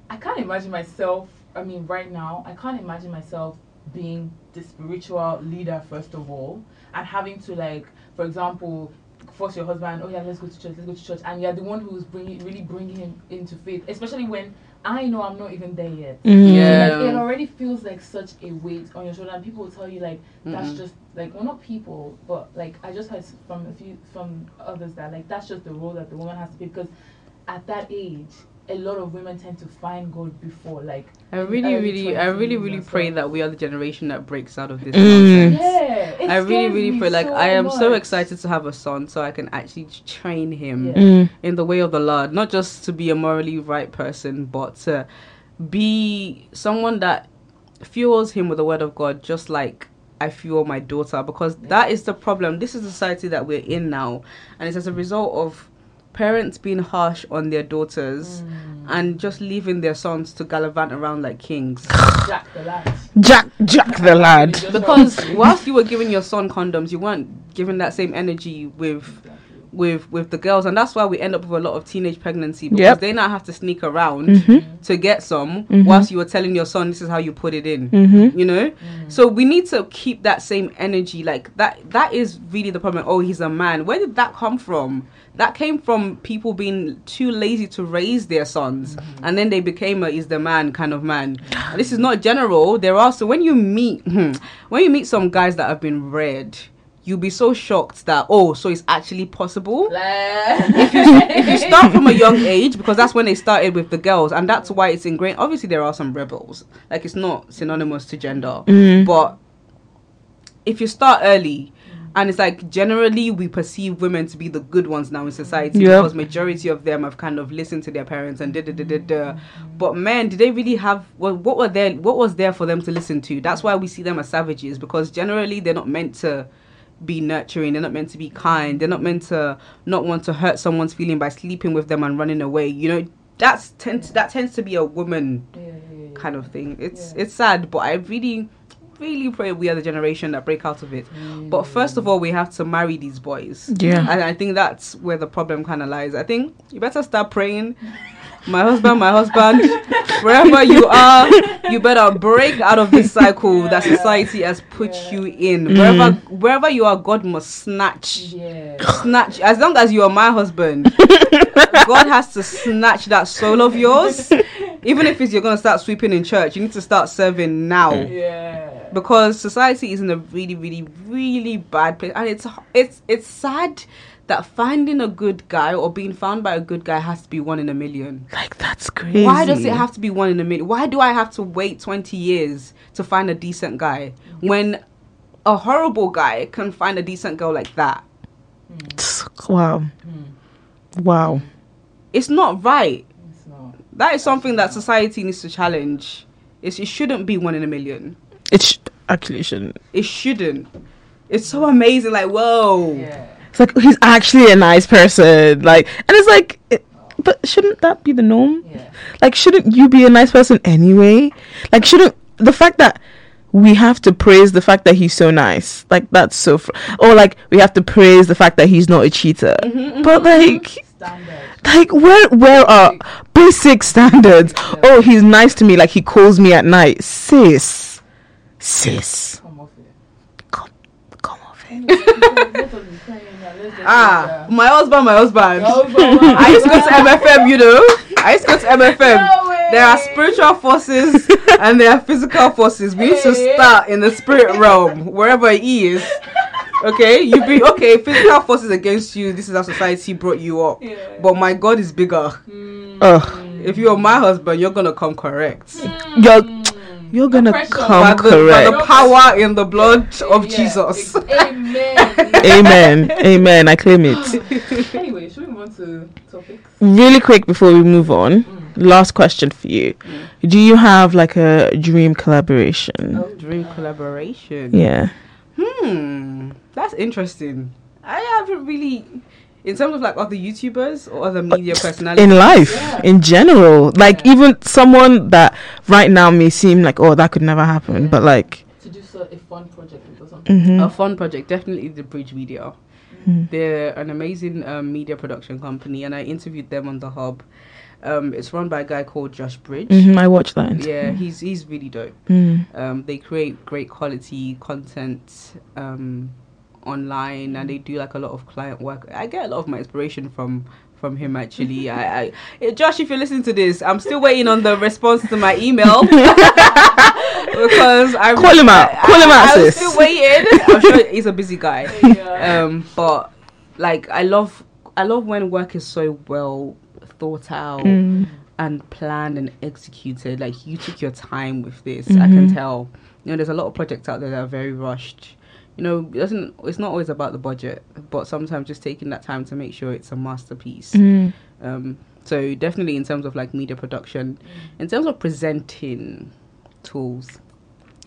S2: I can't imagine myself. I mean, right now, I can't imagine myself being the spiritual leader first of all, and having to like, for example, force your husband. Oh yeah, let's go to church. Let's go to church, and you're the one who's bringing, really bringing him into faith, especially when I know I'm not even there yet.
S1: Mm.
S3: Yeah.
S2: So, like, it already feels like such a weight on your shoulder, and people will tell you like that's
S3: Mm-mm.
S2: just like well not people, but like I just heard s- from a few from others that like that's just the role that the woman has to play because at that age a lot of women tend to find God before like
S3: I really,
S2: early
S3: really, I really,
S2: 20s
S3: really
S2: and
S3: pray
S2: stuff.
S3: that we are the generation that breaks out of this.
S1: Mm.
S3: nonsense.
S2: yeah it
S3: I really,
S2: scares
S3: really
S2: me
S3: pray. Like, I am so
S2: much.
S3: excited to have a son, so I can actually t- train him
S2: Yeah.
S1: Mm.
S3: in the way of the Lord, not just to be a morally right person, but to be someone that fuels him with the Word of God, just like I fuel my daughter. Because that is the problem. This is the society that we're in now, and it's as a result of parents being harsh on their daughters and just leaving their sons to gallivant around like kings.
S2: Jack the lad
S1: Jack, Jack the lad.
S2: Just
S3: because
S2: sorry.
S3: whilst you were giving your son condoms, you weren't giving that same energy with
S2: Exactly.
S3: with with the girls, and that's why we end up with a lot of teenage pregnancy because
S1: Yep.
S3: they now have to sneak around
S1: Mhm.
S3: to get some,
S1: Mhm.
S3: whilst you were telling your son this is how you put it in.
S1: Mm-hmm.
S3: You know, so we need to keep that same energy. Like that, that is really the problem. Oh, he's a man. Where did that come from? That came from people being too lazy to raise their sons, and then they became a is the man kind of man. And this is not general. There are so when you meet hmm, when you meet some guys that have been read, you'll be so shocked that oh, so it's actually possible
S2: Like-
S3: if you start from a young age because that's when they started with the girls and that's why it's ingrained obviously there are some rebels like it's not synonymous to gender but if you start early and it's like generally we perceive women to be the good ones now in society
S1: Yep.
S3: because majority of them have kind of listened to their parents and da da da da da. But men, did they really have what, what were there? What was there for them to listen to? That's why we see them as savages because generally they're not meant to be nurturing. They're not meant to be kind. They're not meant to not want to hurt someone's feeling by sleeping with them and running away. You know, that's tend that tends to be a woman
S2: yeah, yeah, yeah.
S3: kind of thing. It's
S2: Yeah.
S3: it's sad, but I really, really pray we are the generation that break out of it.
S2: Mm.
S3: But first of all, we have to marry these boys.
S1: Yeah.
S3: and I think that's where the problem kind of lies. I think you better start praying. My husband, my husband, wherever you are, you better break out of this cycle that
S2: Yeah.
S3: society has put
S2: Yeah.
S3: you in.
S1: Mm.
S3: Wherever wherever you are, God must snatch
S2: yeah
S3: snatch as long as you are my husband god has to snatch that soul of yours even if it's you're gonna start sweeping in church you need to start serving now
S2: yeah
S3: because society is in a really, really, really bad place, and it's it's it's sad that finding a good guy or being found by a good guy has to be one in a million.
S1: Like that's crazy.
S3: Why does it have to be one in a million? Why do I have to wait twenty years to find a decent guy when a horrible guy can find a decent girl like that?
S2: Mm,
S1: Wow. Wow.
S3: It's not right.
S2: It's not.
S3: That is something that society needs to challenge. It's, it shouldn't be one in a million.
S1: It sh- actually it shouldn't.
S3: It shouldn't. It's so amazing. Like whoa.
S2: Yeah.
S1: It's like he's actually a nice person. Like, and it's like, it, but shouldn't that be the norm?
S2: Yeah.
S1: Like, shouldn't you be a nice person anyway? Like, shouldn't the fact that we have to praise the fact that he's so nice, like that's so, fr- or like we have to praise the fact that he's not a cheater. But like,
S2: Standard.
S1: like where where are basic standards? Oh, he's nice to me. Like he calls me at night, sis, sis.
S2: Come off it.
S1: Come, come off it.
S2: Both of you crying now, let's just-
S3: Ah,
S2: Yeah.
S3: my husband, my husband.
S2: Oh, go on.
S3: I used to go to MFM, you know. I used to go to MFM.
S2: No way.
S3: There are spiritual forces and there are physical forces. We used to
S2: Hey.
S3: start in the spirit realm, wherever it is. Okay, you be okay. Physical forces against you. This is how society brought you up.
S2: Yeah.
S3: But my God is bigger.
S2: Mm.
S1: Ugh,
S3: If you're my husband, you're gonna come correct.
S1: you're
S2: Mm.
S1: you're gonna
S2: pressure.
S1: come
S3: by, the, by the
S1: correct.
S3: power in the blood of
S2: Yeah. Ex-
S3: Jesus.
S2: Amen.
S1: Amen, amen. I claim it.
S3: Mm.
S2: anyway, should we move on to topics?
S1: really quick before we move on,
S3: Mm.
S1: last question for you. Do you have like a dream collaboration?
S3: Dream collaboration.
S1: Yeah.
S3: Hmm, that's interesting. I haven't really, in terms of like other YouTubers or other media personalities.
S1: In life,
S2: Yeah.
S1: in general, like
S2: Yeah.
S1: even someone that right now may seem like, oh, that could never happen,
S2: Yeah.
S1: but like,
S2: To do so, a fun project with or something.
S1: hmm
S3: a fun project, definitely the Bridge Media.
S1: Mhm.
S3: They're an amazing um, media production company, and I interviewed them on the Hub. Um, it's run by a guy called Josh Bridge.
S1: hmm I watch that.
S3: Yeah, he's he's really dope.
S1: Mm.
S3: Um, they create great quality content um, online, and they
S1: Mm-hmm.
S3: do like a lot of client work. I get a lot of my inspiration from from him actually. I, I Eh, Josh, if you're listening to this, I'm still waiting on the response to my email because I
S1: Call him out.
S3: I-
S1: Call him
S3: I-
S1: out,
S3: I'm
S1: sis.
S3: still waiting. I'm sure he's a busy guy
S2: Yeah.
S3: um but like i love i love when work is so well thought out
S1: Mm.
S3: and planned and executed like you took your time with this i can
S1: Mhm.
S3: tell you know there's a lot of projects out there that are very rushed you know it doesn't it's not always about the budget but sometimes just taking that time to make sure it's a masterpiece
S1: Mm.
S3: um so definitely in terms of like media production
S2: Mm.
S3: in terms of presenting tools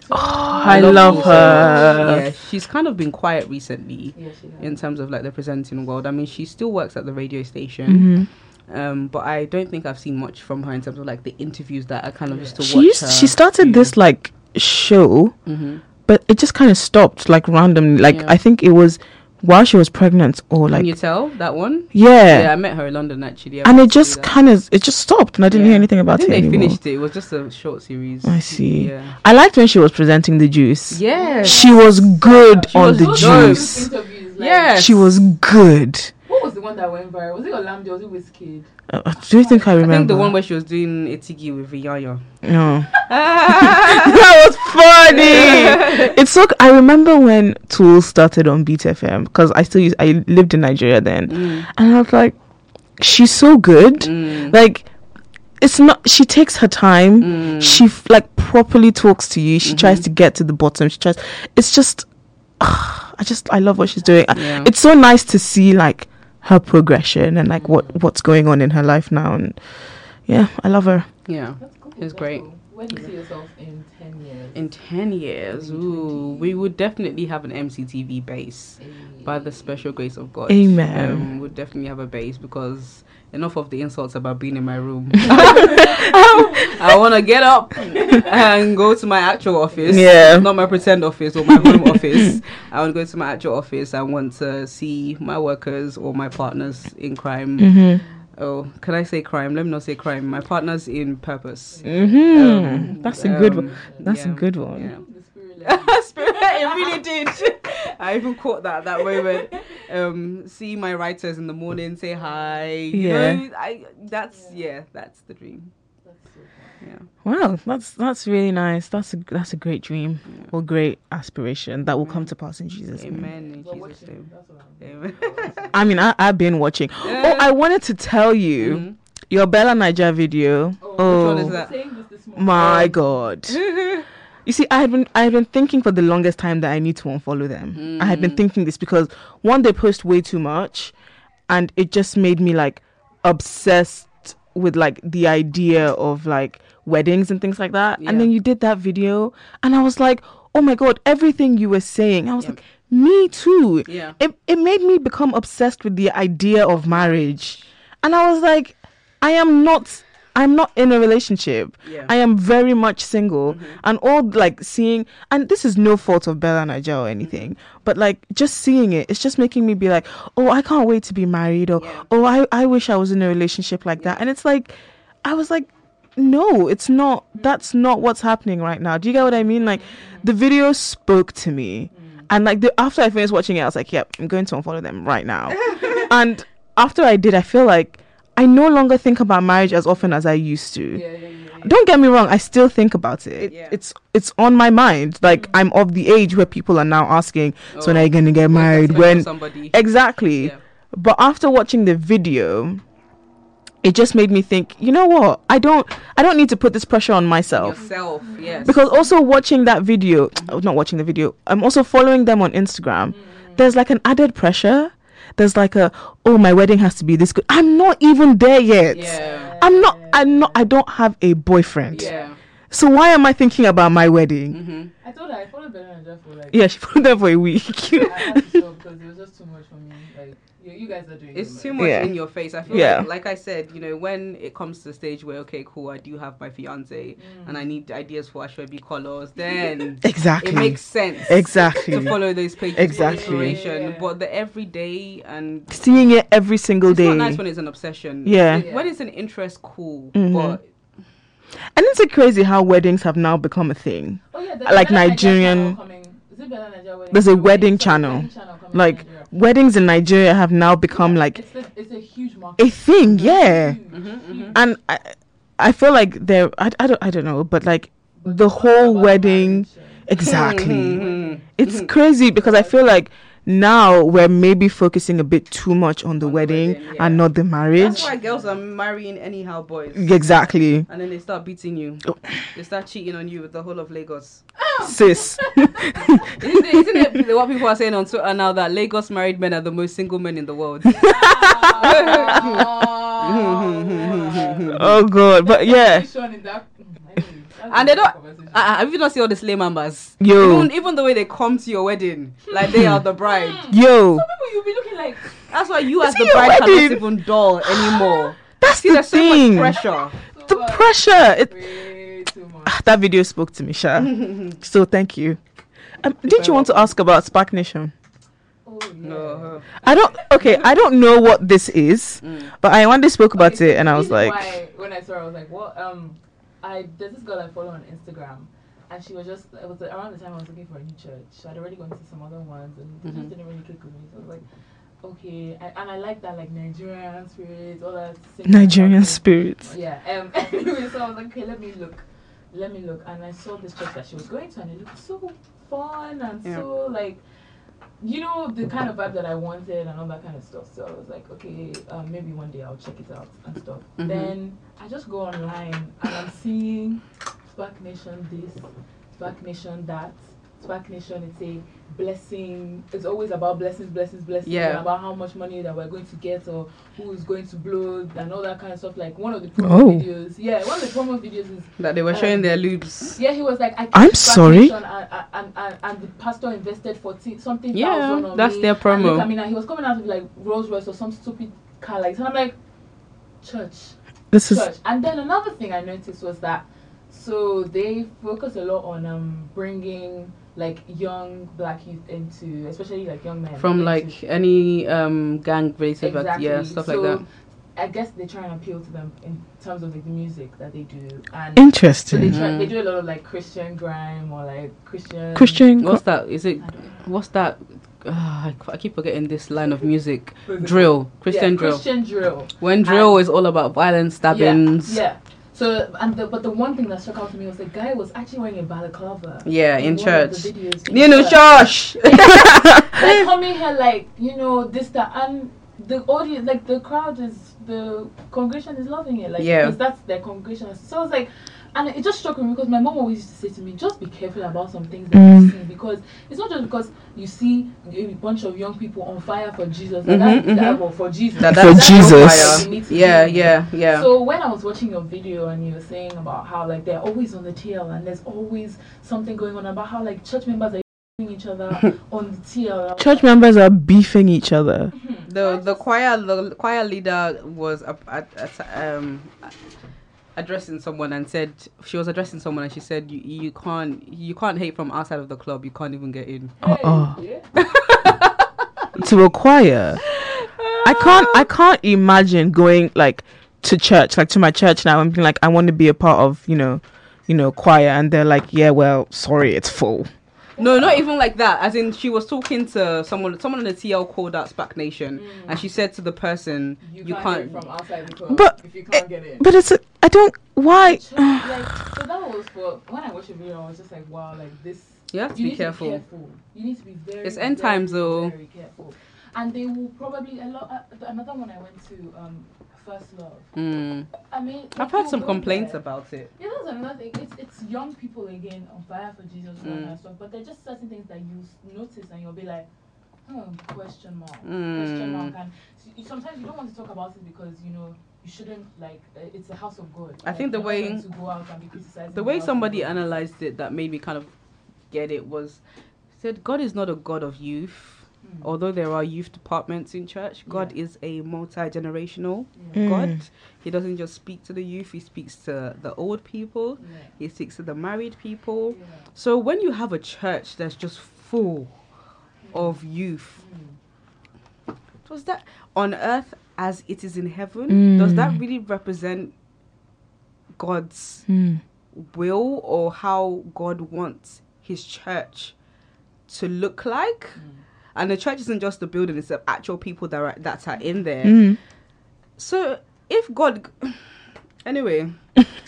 S3: Oh,
S1: I love her.
S3: yeah she's kind of been quiet recently
S2: Yeah, she has.
S3: in terms of like the presenting world. I mean, she still works at the radio station,
S1: Mhm.
S3: um, but I don't think I've seen much from her in terms of like the interviews that I kind of used to
S1: She
S3: watch.
S1: used,
S3: her
S1: she started
S3: do.
S1: this like show,
S3: Mhm.
S1: but it just kind of stopped like randomly. Like
S3: Yeah.
S1: I think it was while she was pregnant or like
S3: Can you tell that one?
S1: yeah.
S3: I met her in London actually. I
S1: and it
S3: went to see
S1: just
S3: that.
S1: kind of it just stopped and i didn't
S3: Yeah.
S1: hear anything
S3: I
S1: about
S3: think
S1: it
S3: they
S1: anymore
S3: finished it. It was just a short series.
S1: I see.
S3: Yeah.
S1: i liked when she was presenting the juice
S3: Yeah.
S1: she was good
S3: She
S1: on
S3: was
S1: the
S3: good.
S1: juice
S2: Interviews, like,
S3: Yeah.
S1: she was good
S2: What was the one that went viral? Was it Olamide or was it Wizkid?
S1: Uh, uh, do you think i
S3: I
S1: remember
S3: think the one where she was doing Itigi with Viyanyo.
S1: no
S3: Ah,
S1: that was funny it's so c- i remember when tool started on beat fm because i still use i lived in nigeria then
S3: Mm,
S1: and i was like she's so good
S3: mm,
S1: like it's not she takes her time
S3: mm. Mm-hmm.
S1: she f- like properly talks to you she tries to get to the bottom she tries it's just i just i love what she's doing I-
S3: Yeah.
S1: it's so nice to see like her progression and like
S3: Mm.
S1: what what's going on in her life now and yeah i love her
S3: yeah.
S2: That's cool.
S3: It was
S2: that's
S3: great.
S2: cool. Where do you see yourself in 10 years?
S3: In 10 years,
S2: In
S3: ooh,
S2: 20.
S3: we would definitely have an MCTV base. by the special grace of God.
S1: Amen.
S3: Um, we'll definitely have a base because enough of the insults about being in my room. I want to get up and go to my actual office.
S1: Yeah.
S3: Not my pretend office or my home office. I want to go to my actual office. I want to see my workers or my partners in crime.
S1: mm-hmm
S3: Oh, can I say crime? Let me not say crime. My partners in purpose.
S1: mm-hmm
S3: Um,
S1: that's a good one
S3: um,
S1: that's
S3: yeah.
S1: a good one
S3: Yeah.
S2: The spirit level.
S3: spirit. It really did. I even caught that that moment. Um, see my writers in the morning, say hi. You
S1: Yeah.
S3: know, I that's yeah, that's the dream.
S2: That's
S3: Yeah.
S1: Wow, that's that's really nice. That's a that's a great dream
S3: yeah.
S1: or great aspiration that will come
S3: Amen.
S1: to pass in Jesus' name.
S3: Amen in
S2: Well,
S3: Jesus'
S2: watching,
S3: name.
S2: that's what I'm
S3: Amen.
S1: I mean, I, I've been watching. Oh, I wanted to tell you
S3: Mhm.
S1: your Bella Niger video.
S2: Oh,
S1: Oh,
S3: one is that?
S2: saying this this morning.
S1: my God. You see, I had been I had been thinking for the longest time that I need to unfollow them. I had been
S3: Mm.
S1: thinking this because one, they post way too much, and it just made me like obsessed with like the idea of like weddings and things like that.
S3: Yeah.
S1: And then you did that video, and I was like, oh my god, everything you were saying. I was
S3: Yeah.
S1: like, me too.
S3: Yeah.
S1: It it made me become obsessed with the idea of marriage, and I was like, I am not. I'm not in a relationship.
S3: Yeah. Mm-hmm.
S1: I am very much single and all like seeing and this is no fault of Bella Niger or anything,
S3: Mm-hmm.
S1: but like just seeing it, it's just making me be like, Oh, I can't wait to be married or
S3: Yeah.
S1: oh I, I wish I was in a relationship like that and it's like I was like, No, it's not
S3: Mm-hmm.
S1: that's not what's happening right now. Do you get what I mean? Like the video spoke to me
S3: Mm-hmm.
S1: and like the after I finished watching it, I was like, Yep, I'm going to unfollow them right now. and after I did I feel like I no longer think about marriage as often as I used to
S2: Yeah, yeah, yeah. yeah.
S1: don't get me wrong i still think about it
S3: Yeah. Mm-hmm.
S1: it's it's on my mind like i'm of the age where people are now asking so
S3: Oh,
S1: when are you gonna get
S3: Wait,
S1: married
S3: that's
S1: when
S3: somebody.
S1: exactly
S3: Yeah.
S1: but after watching the video it just made me think you know what i don't i don't need to put this pressure on myself
S3: Yourself, yes.
S1: because also watching that video oh, not watching the video i'm also following them on instagram
S3: Mm.
S1: there's like an added pressure there's like a oh my wedding has to be this good i'm not even there yet
S3: yeah.
S1: i'm not i'm not i don't have a boyfriend
S3: Yeah.
S1: so why am I thinking about my wedding?
S3: Mm-hmm.
S2: I told her I followed Bella and Jeff for like.
S1: Yeah, she put them for a week.
S2: I had to stop because it was just too much for me. Like, you, you guys are doing
S3: It's too
S2: much.
S3: much
S1: Yeah.
S3: in your face. I feel
S1: Yeah.
S3: like, like I said, you know, when it comes to the stage where okay, cool, I do have my fiance
S2: Mm.
S3: and I need ideas for Ashwebi colors, then
S1: exactly.
S3: it makes sense to
S1: exactly.
S3: follow those pages
S1: Exactly.
S3: for inspiration.
S2: Yeah.
S3: But the everyday and
S1: Seeing it every single
S3: it's
S1: day.
S3: not nice when it's an obsession.
S1: Yeah.
S3: It- when it's an interest, cool.
S1: Mhm.
S3: But
S1: and it's so crazy how weddings have now become a thing.
S2: Oh, yeah,
S1: I like Nigerian- There's a wedding channel. Like, Weddings in Nigeria have now become like
S2: It's, the, it's a huge market.
S1: a thing. Yeah.
S2: Huge,
S3: Mhm,
S2: huge.
S3: mhm.
S1: And I, I feel like there. I, I don't. I don't know. But like
S2: But
S1: the
S2: it's not
S1: whole
S2: about
S1: wedding.
S2: marriage, yeah.
S1: Exactly. Mm-hmm.
S3: Mhm.
S1: It's crazy because I feel like now we're maybe focusing a bit too much on the
S3: On the
S1: wedding,
S3: wedding,
S1: and
S3: yeah.
S1: not the marriage.
S3: That's why girls are marrying anyhow boys.
S1: Exactly.
S3: And then they start beating you.
S1: Oh.
S3: They start cheating on you with the whole of Lagos.
S1: Sis.
S3: Isn't it, isn't it what people are saying on Twitter now that Lagos married men are the most single men in the world? Ah,
S2: Oh,
S1: Oh god. But yeah.
S2: Conversation is that- anyway, that's
S3: And they
S2: another
S3: don't-
S2: conversation.
S3: Uh, have you not seen all the slay members?
S1: Yo.
S3: Even, even the way they come to your wedding, like they are the bride.
S1: Yo.
S2: Some people you'll be looking like
S3: That's why you
S1: Is
S3: as
S1: it
S3: the
S1: your
S3: bride cannot
S1: wedding?
S3: even doll anymore.
S1: That's
S3: See,
S1: the
S3: there's so
S1: thing.
S3: much pressure.
S2: so
S1: the
S2: much,
S1: pressure. It,
S2: way too much.
S1: ah, that video spoke to me, Sha. so thank you. Um, did you want to ask about Spark Nation?
S2: Oh, yeah.
S3: No. uh-huh.
S1: I don't. Okay, I don't know what this is,
S3: Mm.
S1: but I only spoke about
S2: Okay, so
S1: it, and
S2: the
S1: I was
S2: reason
S1: like,
S2: why- when I saw, her, I was like, what? Um, I there's this girl I follow on Instagram, and she was just it was around the time I was looking for a new church. So I'd already gone to some other ones, and they
S1: Mm-hmm.
S3: Mhm.
S2: just didn't really click with me. So I was like, okay, I, and I like that like Nigerian spirit, all that. singing and
S1: Nigerian
S2: dancing.
S1: spirits.
S2: Yeah. Um. Anyway, so I was like, okay, let me look, let me look, and I saw this church that she was going to, and it looked so fun and
S3: Yeah.
S2: so like, you know, the kind of vibe that I wanted and all that kind of stuff. So I was like, okay, um, maybe one day I'll check it out and stuff.
S3: Mhm.
S2: Then I just go online and I'm seeing Spark Nation this, Spark Nation that. Spark Nation, it's a blessing. It's always about blessings, blessings, blessings,
S3: Yeah.
S2: and about how much money that we're going to get or who is going to blow and all that kind of stuff. Like one of the promo
S1: Oh.
S2: videos. Yeah, one of the promo videos is
S3: That they were showing their lubes.
S2: yeah, he was like, I
S1: I'm
S2: kept
S1: sorry?
S2: vacation And, and, and, and the pastor invested 14 something thousand
S3: Yeah,
S2: on
S3: that's
S2: me.
S3: their
S2: And look, I
S3: promo.
S2: mean, and he was coming out with like Rolls Royce or some stupid car, like, so I'm like, church,
S1: This is
S2: church. And then another thing I noticed was that so they focus a lot on um bringing like young black youth into, especially like young men
S3: From
S2: into-
S3: like any um, gang related act yeah, stuff
S2: so,
S3: like that.
S2: I guess they try and appeal to them in terms of like, the music that they do and so they
S1: interesting.
S2: try,
S3: Mhm.
S2: they do a lot of like Christian grime or like Christian
S1: Christian.
S3: What's that? Is
S2: I
S3: it
S2: don't know.
S3: what's that? Uh, I c- I keep forgetting this line of music. Drill, Christian
S2: Yeah,
S3: drill.
S2: Christian drill.
S3: When drill is all about violence, stabbings.
S2: Yeah. So, and the, but the one thing that struck out to me was the guy was actually wearing a balaclava.
S3: Yeah, in
S2: one of
S3: church.
S2: the videos in
S3: You know,
S2: church.
S3: Josh.
S2: like coming here like you know this that and the audience like the crowd is the congregation is loving it like
S3: Yeah.
S2: because that's their congregation so I was like and it just struck me because my mom always used to say to me just be careful about some things that you
S1: Mm.
S2: see because it's not just because you see a bunch of young people on fire for Jesus
S3: Mhm,
S2: that, that
S3: mhm.
S2: well, for Jesus
S3: That-
S1: For
S2: that's not
S1: Jesus.
S2: what you need to
S3: Yeah,
S2: do.
S3: yeah, yeah.
S2: So when I was watching your video and you were saying about how like they're always on the TL and there's always something going on about how like church members are hitting each other on the TL.
S1: Church members are beefing each other.
S3: the the choir the choir leader was a, a, a- um addressing someone and said she was addressing someone and she said you, you can't you can't hate from outside of the club you can't even get in
S1: Uh-uh. to a choir. I can't I can't imagine going like to church, like to my church now and being like, I want to be a part of, you know, you know, choir and they're like, Yeah, well, sorry, it's full.
S3: no not even like that as in she was talking to someone someone in the TL called out Spac Nation
S2: Mm.
S3: and she said to the person
S2: You,
S3: you,
S2: can't,
S3: can't,
S2: get it from outside the club
S1: But
S2: if you can't get in.
S1: But it's a, I don't why
S2: Church, like, so that was for when I watched your video. I was just like, wow, like this.
S3: you have to
S2: you
S3: be
S2: need
S3: careful.
S2: to be careful. You need to be very.
S3: It's end
S2: very,
S3: times, though.
S2: Very careful, and they will probably a lot. Uh, another one I went to, um, First Love.
S3: Mm.
S2: I mean, people
S3: I've heard some
S2: go
S3: complaints
S2: there.
S3: about it
S2: Yeah, that's another thing. It's it's young people again on fire for Jesus and all
S3: Mm.
S2: that stuff. But there are just certain things that you s- notice and you'll be like, hmm, question mark,
S3: Mm.
S2: question mark. And s- you- sometimes you don't want to talk about it because you know you shouldn't like. uh, It's the house of God.
S3: I
S2: Like,
S3: think the
S2: you're not
S3: way-
S2: going to go out and be criticizing
S3: the way
S2: house of
S3: somebody
S2: God.
S3: analyzed it that made me kind of get it was said God is not a God of youth
S2: Mm.
S3: although there are youth departments in church, God
S2: Yeah.
S3: is a multi generational
S2: Yeah.
S1: Mm.
S3: God. He doesn't just speak to the youth, He speaks to the old people, He speaks to the married
S2: Yeah.
S3: people.
S2: yeah.
S3: So when you have a church that's just full of youth,
S2: Mm.
S3: does that on earth as it is in heaven,
S1: Mm.
S3: does that really represent God's
S1: Hmm.
S3: will or how God wants His church to look like?
S2: Mm.
S3: And the church isn't just the building; it's the actual people that are, that are in there.
S1: Mm.
S3: So if God, anyway,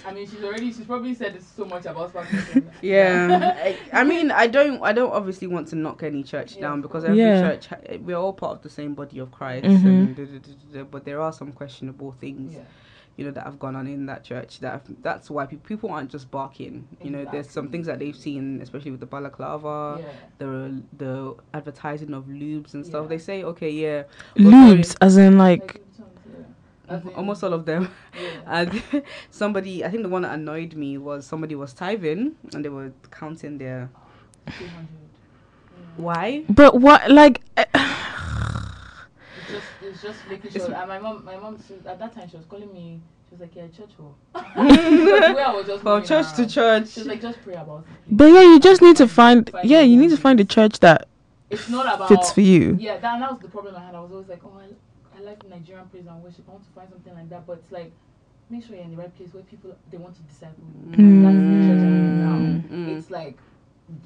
S2: I mean, she's already. She's probably said so much about fasting.
S3: yeah. I, I mean, I don't, I don't obviously want to knock any church
S2: Yeah,
S3: down
S2: of
S3: because
S2: course.
S3: every
S1: Yeah.
S3: church, ha- we're all part of the same body of Christ,
S1: Mhm.
S3: and da- da- da- da- da, but there are some questionable things,
S2: yeah.
S3: you know, that have gone on in that church. That have, that's why people, people aren't just barking. You know, there's some
S2: Exactly.
S3: things that they've seen, especially with the balaclava,
S2: yeah.
S3: the the advertising of lubes and stuff.
S2: Yeah.
S3: They say, okay, yeah, we're sorry.
S1: Lubes as in like
S2: As in-
S3: almost all of them.
S2: yeah.
S3: And somebody, I think the one that annoyed me was somebody was tithing and they were counting their
S2: 200. Yeah.
S3: why.
S1: but what like eh,
S2: It's just, it's just making
S3: It's-
S2: sure. And my mom, my mom, she, at that time, she was calling me. She was like, "Yeah, church hall." the way I was just
S3: From
S2: moving
S3: church to
S2: around.
S3: church.
S2: She was like, "Just pray about it."
S1: but yeah, you just need to find yeah, you need to find a church that
S2: It's not about.
S1: fits for you.
S2: Yeah, that, and that was the problem I had. I was always like, "Oh, I, I like Nigerian praise and worship. I want to find something like that." But it's like, make sure you're in the right place where people they want to disciple. you. That's the church I'm in now.
S3: Mm, mm.
S2: It's like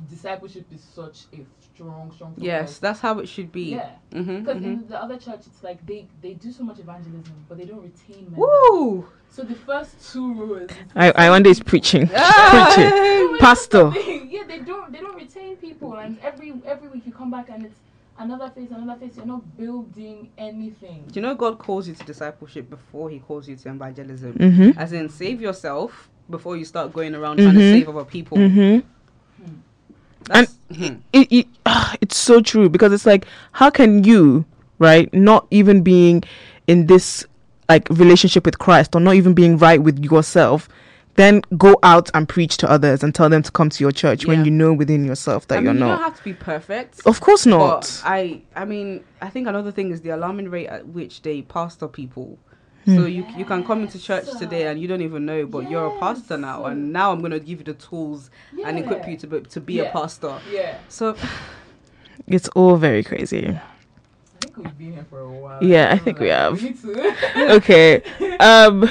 S2: discipleship is such a strong, strong. topic.
S3: Yes, that's how it should be.
S2: Yeah.
S3: Mm-hmm,
S2: Because in the other church, it's like they, they do so much evangelism, but they don't retain members.
S3: Woo!
S2: So the first two rows. is-
S1: I, I one day is preaching. preaching.
S3: Ah!
S1: Pastor.
S2: yeah, they don't they don't retain people, and every every week you come back and it's another face, another face. You're not building anything.
S3: Do you know God calls you to discipleship before He calls you to evangelism?
S1: Mm-hmm.
S3: As in, save yourself before you start going around trying to
S1: Mhm.
S3: save other people.
S1: Mm-hmm.
S3: That's, Mhm.
S1: it, it ah, it's so true because it's like how can you right not even being in this like relationship with Christ or not even being right with yourself then go out and preach to others and tell them to come to your church
S3: Yeah.
S1: when you know within yourself that
S3: I
S1: you're
S3: mean, you
S1: not
S3: don't have to be perfect.
S1: of course not
S3: But I, I mean, I think another thing is the alarming rate at which they pastor people.
S1: Hmm.
S3: So you you can come into church
S2: Yes.
S3: today and you don't even know, but you're a pastor now,
S2: Yes.
S3: and now I'm gonna give you the tools
S2: Yeah.
S3: and equip you to be, to be a
S2: Yeah.
S3: pastor.
S2: Yeah,
S3: So
S1: it's all very crazy
S2: I think we've been here for a while.
S1: Yeah, I
S2: So,
S1: think we
S2: like,
S1: have.
S2: We need to.
S1: okay um
S2: it's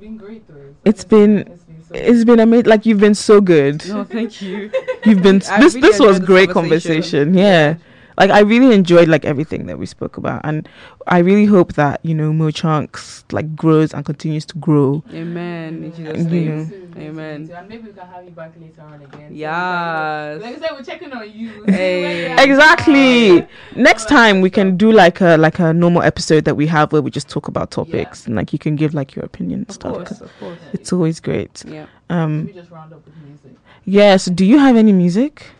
S2: been great though.
S1: It's been-
S2: It's been so.
S1: it's been amazing like you've been so good
S3: no, thank you.
S1: you've been
S3: I
S1: this
S3: really
S1: this was
S3: enjoyed this
S1: great
S3: conversation.
S1: conversation yeah Like I really enjoyed like everything that we spoke about, and I really hope that you know Mo Chunks like grows and continues to grow.
S3: Amen. In
S2: Mhm.
S1: Mhm.
S3: Jesus' name.
S1: know.
S2: Soon, soon, soon,
S3: Amen.
S2: soon. And maybe we can have you back later on again. So we
S3: Yes.
S2: can- Like I said, we're checking on you. see
S3: Hey.
S2: where you are
S1: Exactly.
S2: now.
S1: Next time we can do like a like a normal episode that we have where we just talk about topics and like you can give like your opinion and
S3: Of
S1: stuff.
S3: course,
S1: 'cause
S3: of course.
S1: It's always great.
S3: Yeah.
S2: Should we
S1: Um.
S2: just round up with music?
S1: Yeah. So do you have any music?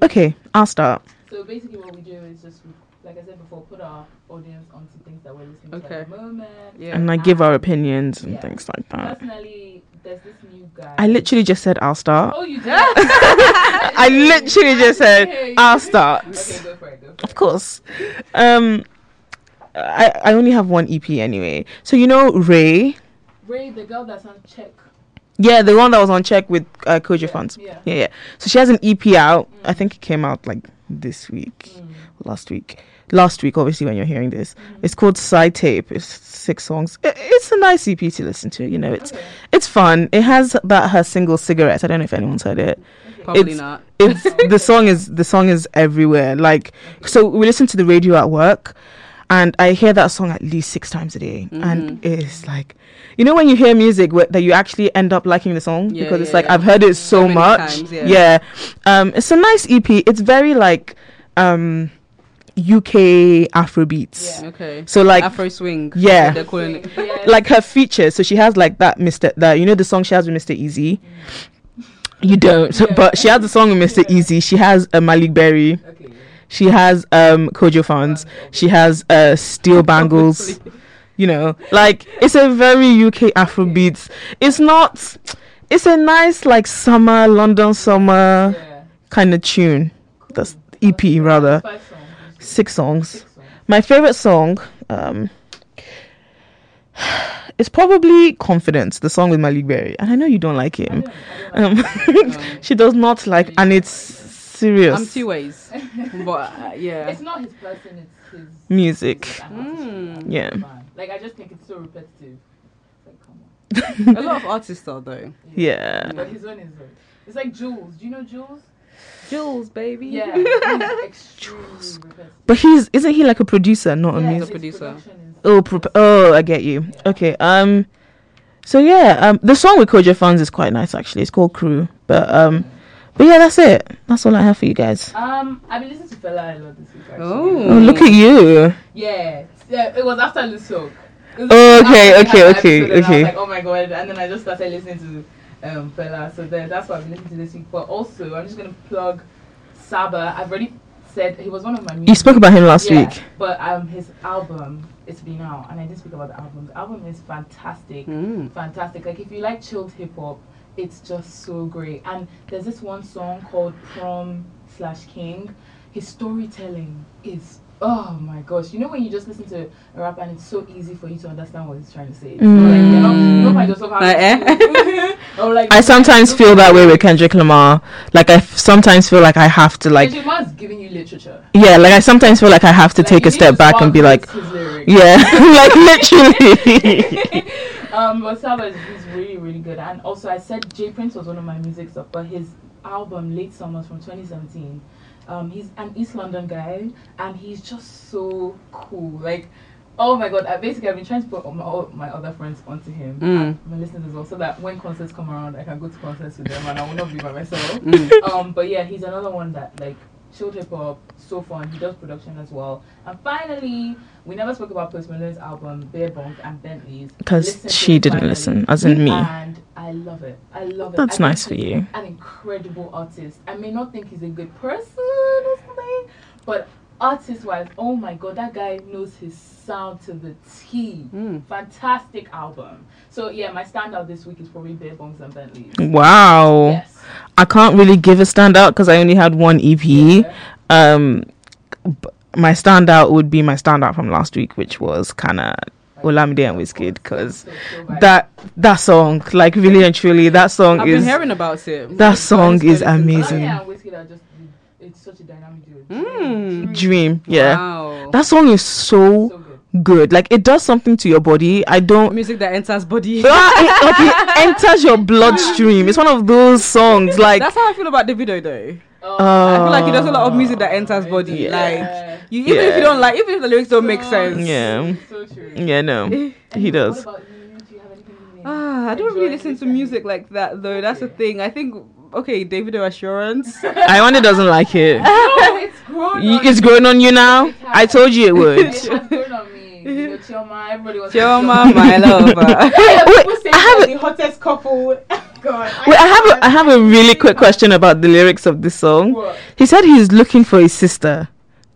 S1: Okay, I'll start.
S2: So basically, what we do is just, we- like I said before, put our audience onto things that we're listening to
S3: Okay.
S2: at the moment.
S3: Yeah.
S1: And like give our
S2: Ah.
S1: opinions and
S2: Yeah.
S1: things like that.
S2: Personally, there's this new guy.
S1: I literally just said I'll start.
S2: Oh, you did.
S1: I literally just said
S2: Okay.
S1: I'll start.
S2: Okay, go for it. Go for it.
S1: Of course. Um. I, I only have one EP anyway. So you know Ray,
S2: Ray, the girl that's on check.
S1: yeah, the one that was on check with uh, Koja
S2: Yeah,
S1: Fans.
S2: Yeah.
S1: Yeah, yeah. So she has an EP out. I
S2: Mm.
S1: think it came out like this week,
S2: Mm.
S1: last week, last week. Obviously, when you're hearing this,
S2: Mhm.
S1: it's called Side Tape. It's six songs. I it's a nice EP to listen to. You know, it's
S2: Okay.
S1: it's fun. It has that her single cigarettes. I don't know if anyone's heard it.
S2: Okay.
S3: Probably
S1: It's-
S3: not.
S1: It's the song is the song is everywhere. Like so, we listen to the radio at work. And I hear that song at least six times a day, and
S3: Mhm.
S1: it's like, you know, when you hear music where, that you actually end up liking the song
S3: Yeah,
S1: because it's
S3: yeah,
S1: like
S3: yeah.
S1: I've heard it so,
S3: many
S1: much,
S3: times, yeah.
S1: yeah. Um, it's a nice EP. It's very like um, UK Afrobeats.
S2: Yeah.
S3: Okay.
S1: So like
S3: Afro swing.
S1: Yeah.
S3: They're calling it.
S2: Yeah.
S1: like her features. So she has like that Mr. That you know the song she has with Mr. Easy. You don't,
S2: Yeah.
S1: but she has a song with Mr.
S2: Yeah.
S1: Easy. She has a Malik Berry.
S2: Okay.
S1: She has um Kojo Fans. She has uh Steel Bangles. You know, like it's a very UK Afrobeats. It's not. It's a nice like summer London summer
S2: Yeah.
S1: kind of tune. That's EP E rather.
S2: Five songs.
S1: Six songs.
S2: Six songs.
S1: My favorite song, um, it's probably "Confidence," the song with Malik Berry, and I know you don't like
S2: I
S1: him.
S2: don't, I don't like
S1: Um,
S3: Um,
S1: she does not like, and it's serious
S3: I'm two ways.
S1: Um,
S3: But uh, yeah.
S2: It's not his person, it's his
S1: music.
S2: it's his attitude.
S3: Mm.
S1: Yeah.
S2: Like I just think it's so repetitive. It's like come on.
S3: A lot of artists are though.
S1: Yeah,
S2: But his own is like it's like Jules. Do you know Jules?
S3: Jules, baby.
S2: Yeah. he's extremely repetitive.
S1: but he's isn't he like a producer, not a
S2: Yeah,
S1: music?
S2: his
S3: Producer.
S2: production is-
S1: Oh, pro- oh, I get you.
S2: Yeah.
S1: Okay, um, so yeah, um, the song with Koja Fans is quite nice actually. It's called "Crew," but um, but yeah, that's it. That's all I have for you guys.
S2: Um, I've been listening to Fela a lot this week. Actually.
S3: Oh.
S1: Oh, look at you.
S2: Yeah. yeah. It was after Lusok. It was
S1: Oh,
S2: after we had
S1: okay, okay,
S2: that
S1: okay,
S2: episode and I
S1: okay.
S2: was like, oh my god, and then I just started listening to um Fela. So then that's what I've been listening to this week. But also, I'm just gonna plug Saba. I've already said he was one of my.
S1: You
S2: music-
S1: spoke about him last
S2: Yeah,
S1: week.
S2: But um, his album it's been out, and I did speak about the album. The album is fantastic,
S3: Mm.
S2: fantastic. Like if you like chilled hip hop, it's just so great. And there's this one song called Prom Slash King. His storytelling is oh my gosh. You know when you just listen to a rapper and it's so easy for you to understand what he's trying to say. Like, you know, you know
S1: Mm.
S2: my Joseph
S3: Like,
S2: Harris- or like-
S1: eh? I sometimes feel that way with Kendrick Lamar. Like I f- sometimes feel like I have to like
S2: Kendrick Lamar's giving you literature.
S1: yeah, like I sometimes feel like I have to
S2: Like,
S1: take
S2: you
S1: a
S2: need
S1: step
S2: to
S1: back and be like
S2: spark his lyrics.
S1: yeah, like literally.
S2: um, but Saba is he's really, really good. And also, I said Jay Prince was one of my music stuff, but his album Late Summers from 2017. Um, he's an East London guy, and he's just so cool. Like, oh my god! I basically I've been trying to put all my, all my other friends onto him,
S3: Mm.
S2: and my listeners as well, so that when concerts come around, I can go to concerts with them, and I will not be by myself
S3: Mm.
S2: um, but yeah, he's another one that like chilled hip hop, so fun. He does production as well. And finally, we never spoke about Post Malone's album Beer Bunk and Bentley's
S1: Because
S2: Listen to
S1: she
S2: it
S1: didn't
S2: finally.
S1: listen, as in me.
S2: And I love it. I love it.
S1: That's
S2: I
S1: nice for
S2: think
S1: you.
S2: he's An incredible artist. I may not think he's a good person or something, but artist-wise, oh my god, that guy knows his sound to the T.
S3: Mm.
S2: Fantastic album. So yeah, my standout this week is probably Beer Bongs and Bentley's.
S1: Wow,
S2: Yes.
S1: I can't really give a standout because I only had one EP.
S2: Yeah.
S1: Um, b- my standout would be my standout from last week, which was Kana Olamide and Wizkid, because
S2: So, so bad.
S1: that that song, like really and truly, that song
S3: I've
S1: is.
S3: been hearing about it.
S1: That song
S3: It's
S1: is
S3: good.
S1: amazing.
S2: Kanye Oh, and Whiskey are just it's such a dynamic duo.
S1: Hmm.
S3: Mm.
S1: dream yeah
S3: Wow.
S1: that song is
S2: So
S1: so
S2: good.
S1: good like it does something to your body i don't
S3: Music that enters body.
S1: Ah, it, like, it enters your bloodstream it's one of those songs like
S3: That's how I feel about the video though.
S2: Oh,
S3: I
S1: Oh.
S3: feel like he does a lot of music that enters body.
S1: Yeah.
S3: Like you, even if
S1: Yeah.
S3: you don't like, even if the lyrics don't make sense.
S1: Yeah.
S2: So true.
S1: Yeah, no, he
S2: What
S1: does.
S2: about you? Do you have anything you name?
S3: Ah, I don't really
S2: Enjoy
S3: listen to
S2: listening.
S3: music like that though. That's the
S2: Okay.
S3: thing. I think okay, David O. Assurance.
S1: I wonder doesn't like it.
S2: No, it's grown
S1: Ah. Y-
S2: on
S1: It's
S2: me.
S1: growing on you now. I told you it
S2: It
S1: would.
S2: has grown on me. You know, Chioma, everybody was like,
S3: Chioma,
S2: Oh,
S3: my lover.
S2: People
S1: Wait,
S2: say
S1: I have
S2: they're the hottest couple. God.
S1: Wait, I have a, I have a really quick question about the lyrics of this song.
S2: What?
S1: He said he's looking for his sister,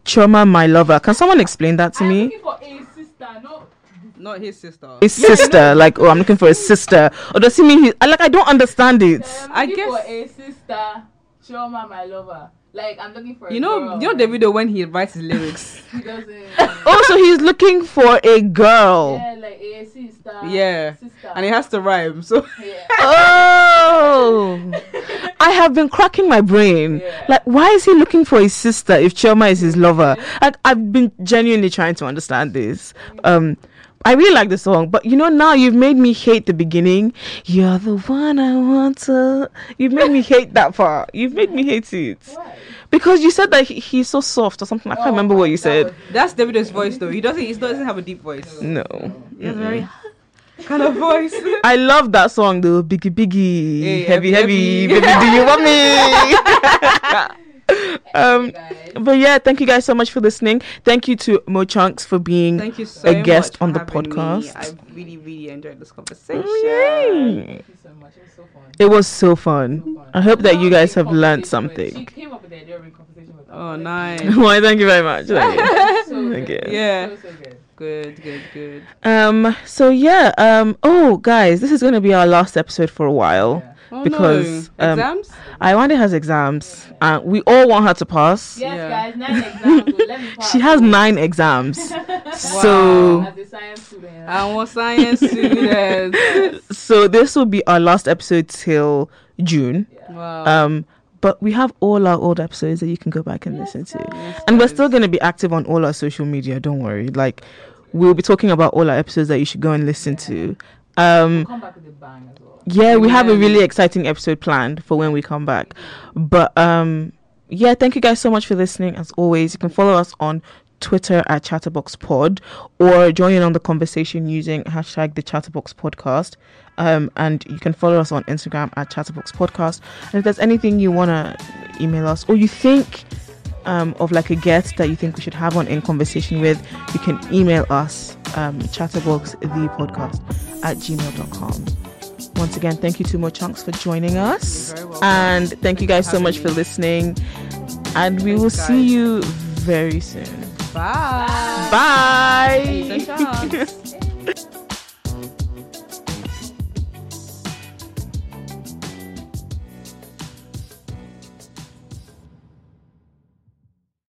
S1: Choma, my lover. Can someone explain that to
S2: I'm
S1: me?
S2: looking for a sister, not
S3: Not his sister.
S1: His sister, like, oh, I'm looking for his sister, or does he mean he? I- Like, I don't understand it.
S2: I
S3: I
S2: am looking
S3: guess-
S2: for a sister. Chioma, my lover. Like I'm looking for.
S3: You
S2: a
S3: know,
S2: girl.
S3: you know Davido when he writes his lyrics.
S2: He doesn't.
S1: Oh, so he's looking for a girl.
S2: yeah, like a sister.
S3: Yeah.
S2: Sister.
S3: and it has to rhyme. So
S2: Yeah.
S1: Oh, I have been cracking my brain.
S2: Yeah.
S1: Like, why is he looking for his sister if Choma is his lover? Like, I've been genuinely trying to understand this. Um, I really like the song, but you know, now you've made me hate the beginning. You're the one I want to. You've made me hate that part. You've made me hate it
S2: Why?
S1: because you said that he, he's so soft or something. I can't
S2: Oh,
S1: remember what you
S2: that
S1: said.
S2: was-
S3: that's Davido's voice though. He doesn't. He doesn't have a deep voice.
S1: No.
S3: He has a very
S1: Mm.
S3: kind of voice.
S1: I love that song though. Biggie, biggie,
S3: Hey,
S1: heavy, heavy,
S3: heavy,
S1: baby,
S3: heavy.
S1: do you want me? um,
S2: Guys.
S1: but yeah, thank you guys so much for listening. Thank you to Mo Chunks for being.
S3: Thank you so much
S1: guest
S3: for
S1: on the
S3: having me.
S1: podcast.
S3: I really, really enjoyed this conversation.
S1: Yay.
S2: Thank you so much. It was so fun.
S1: It was so
S2: So
S1: fun.
S2: fun.
S1: I hope that you
S2: Lovely
S1: guys have learned
S2: conversation with- She
S1: something.
S2: came up with the idea of a conversation with us.
S3: Oh,
S2: Like,
S3: nice.
S1: Why? Thank you very much. Thank you.
S2: so
S1: Thank
S2: good.
S1: you.
S3: Yeah.
S2: So, so good.
S3: Good, good, good.
S1: Um. So yeah. Um. Oh, guys, this is gonna be our last episode for a while.
S2: Yeah.
S3: Oh,
S1: Because,
S3: no.
S1: um,
S3: exams.
S1: Iwande has exams, and we all want her to pass.
S2: Yes,
S3: Yeah.
S2: guys, nine examples. Let me pass.
S1: She has nine exams. So.
S3: Wow.
S2: As a science student.
S3: I want science students.
S1: So this will be our last episode till June.
S2: yeah.
S3: Wow.
S1: Um, but we have all our old episodes that you can go back and listen to.
S3: Yes,
S1: And we're
S3: guys.
S1: still going to be active on all our social media. Don't worry. Like, we'll be talking about all our episodes that you should go and listen to.
S2: We'll
S1: Um,
S2: come back with a bang as well.
S1: yeah, we have a
S3: Yeah.
S1: really exciting episode planned for when we come back. But um, yeah, thank you guys so much for listening. As always, you can follow us on Twitter at Chatterbox Pod or join in on the conversation using hashtag the Chatterbox Podcast. Um, and you can follow us on Instagram at Chatterbox Podcast. And if there's anything you want to email us or you think um, of like a guest that you think we should have on in conversation with, you can email us um, chatterbox the podcast at gmail.com. Once again, thank you to Mo Chunks for joining us.
S3: You're very welcome.
S1: And thank, you guys
S3: Thanks for
S1: so
S3: having
S1: much
S3: me.
S1: for listening. And we
S3: Thanks,
S1: will see
S3: guys.
S1: you very soon.
S3: Bye.
S1: Bye.
S3: Thanks, Ashanti.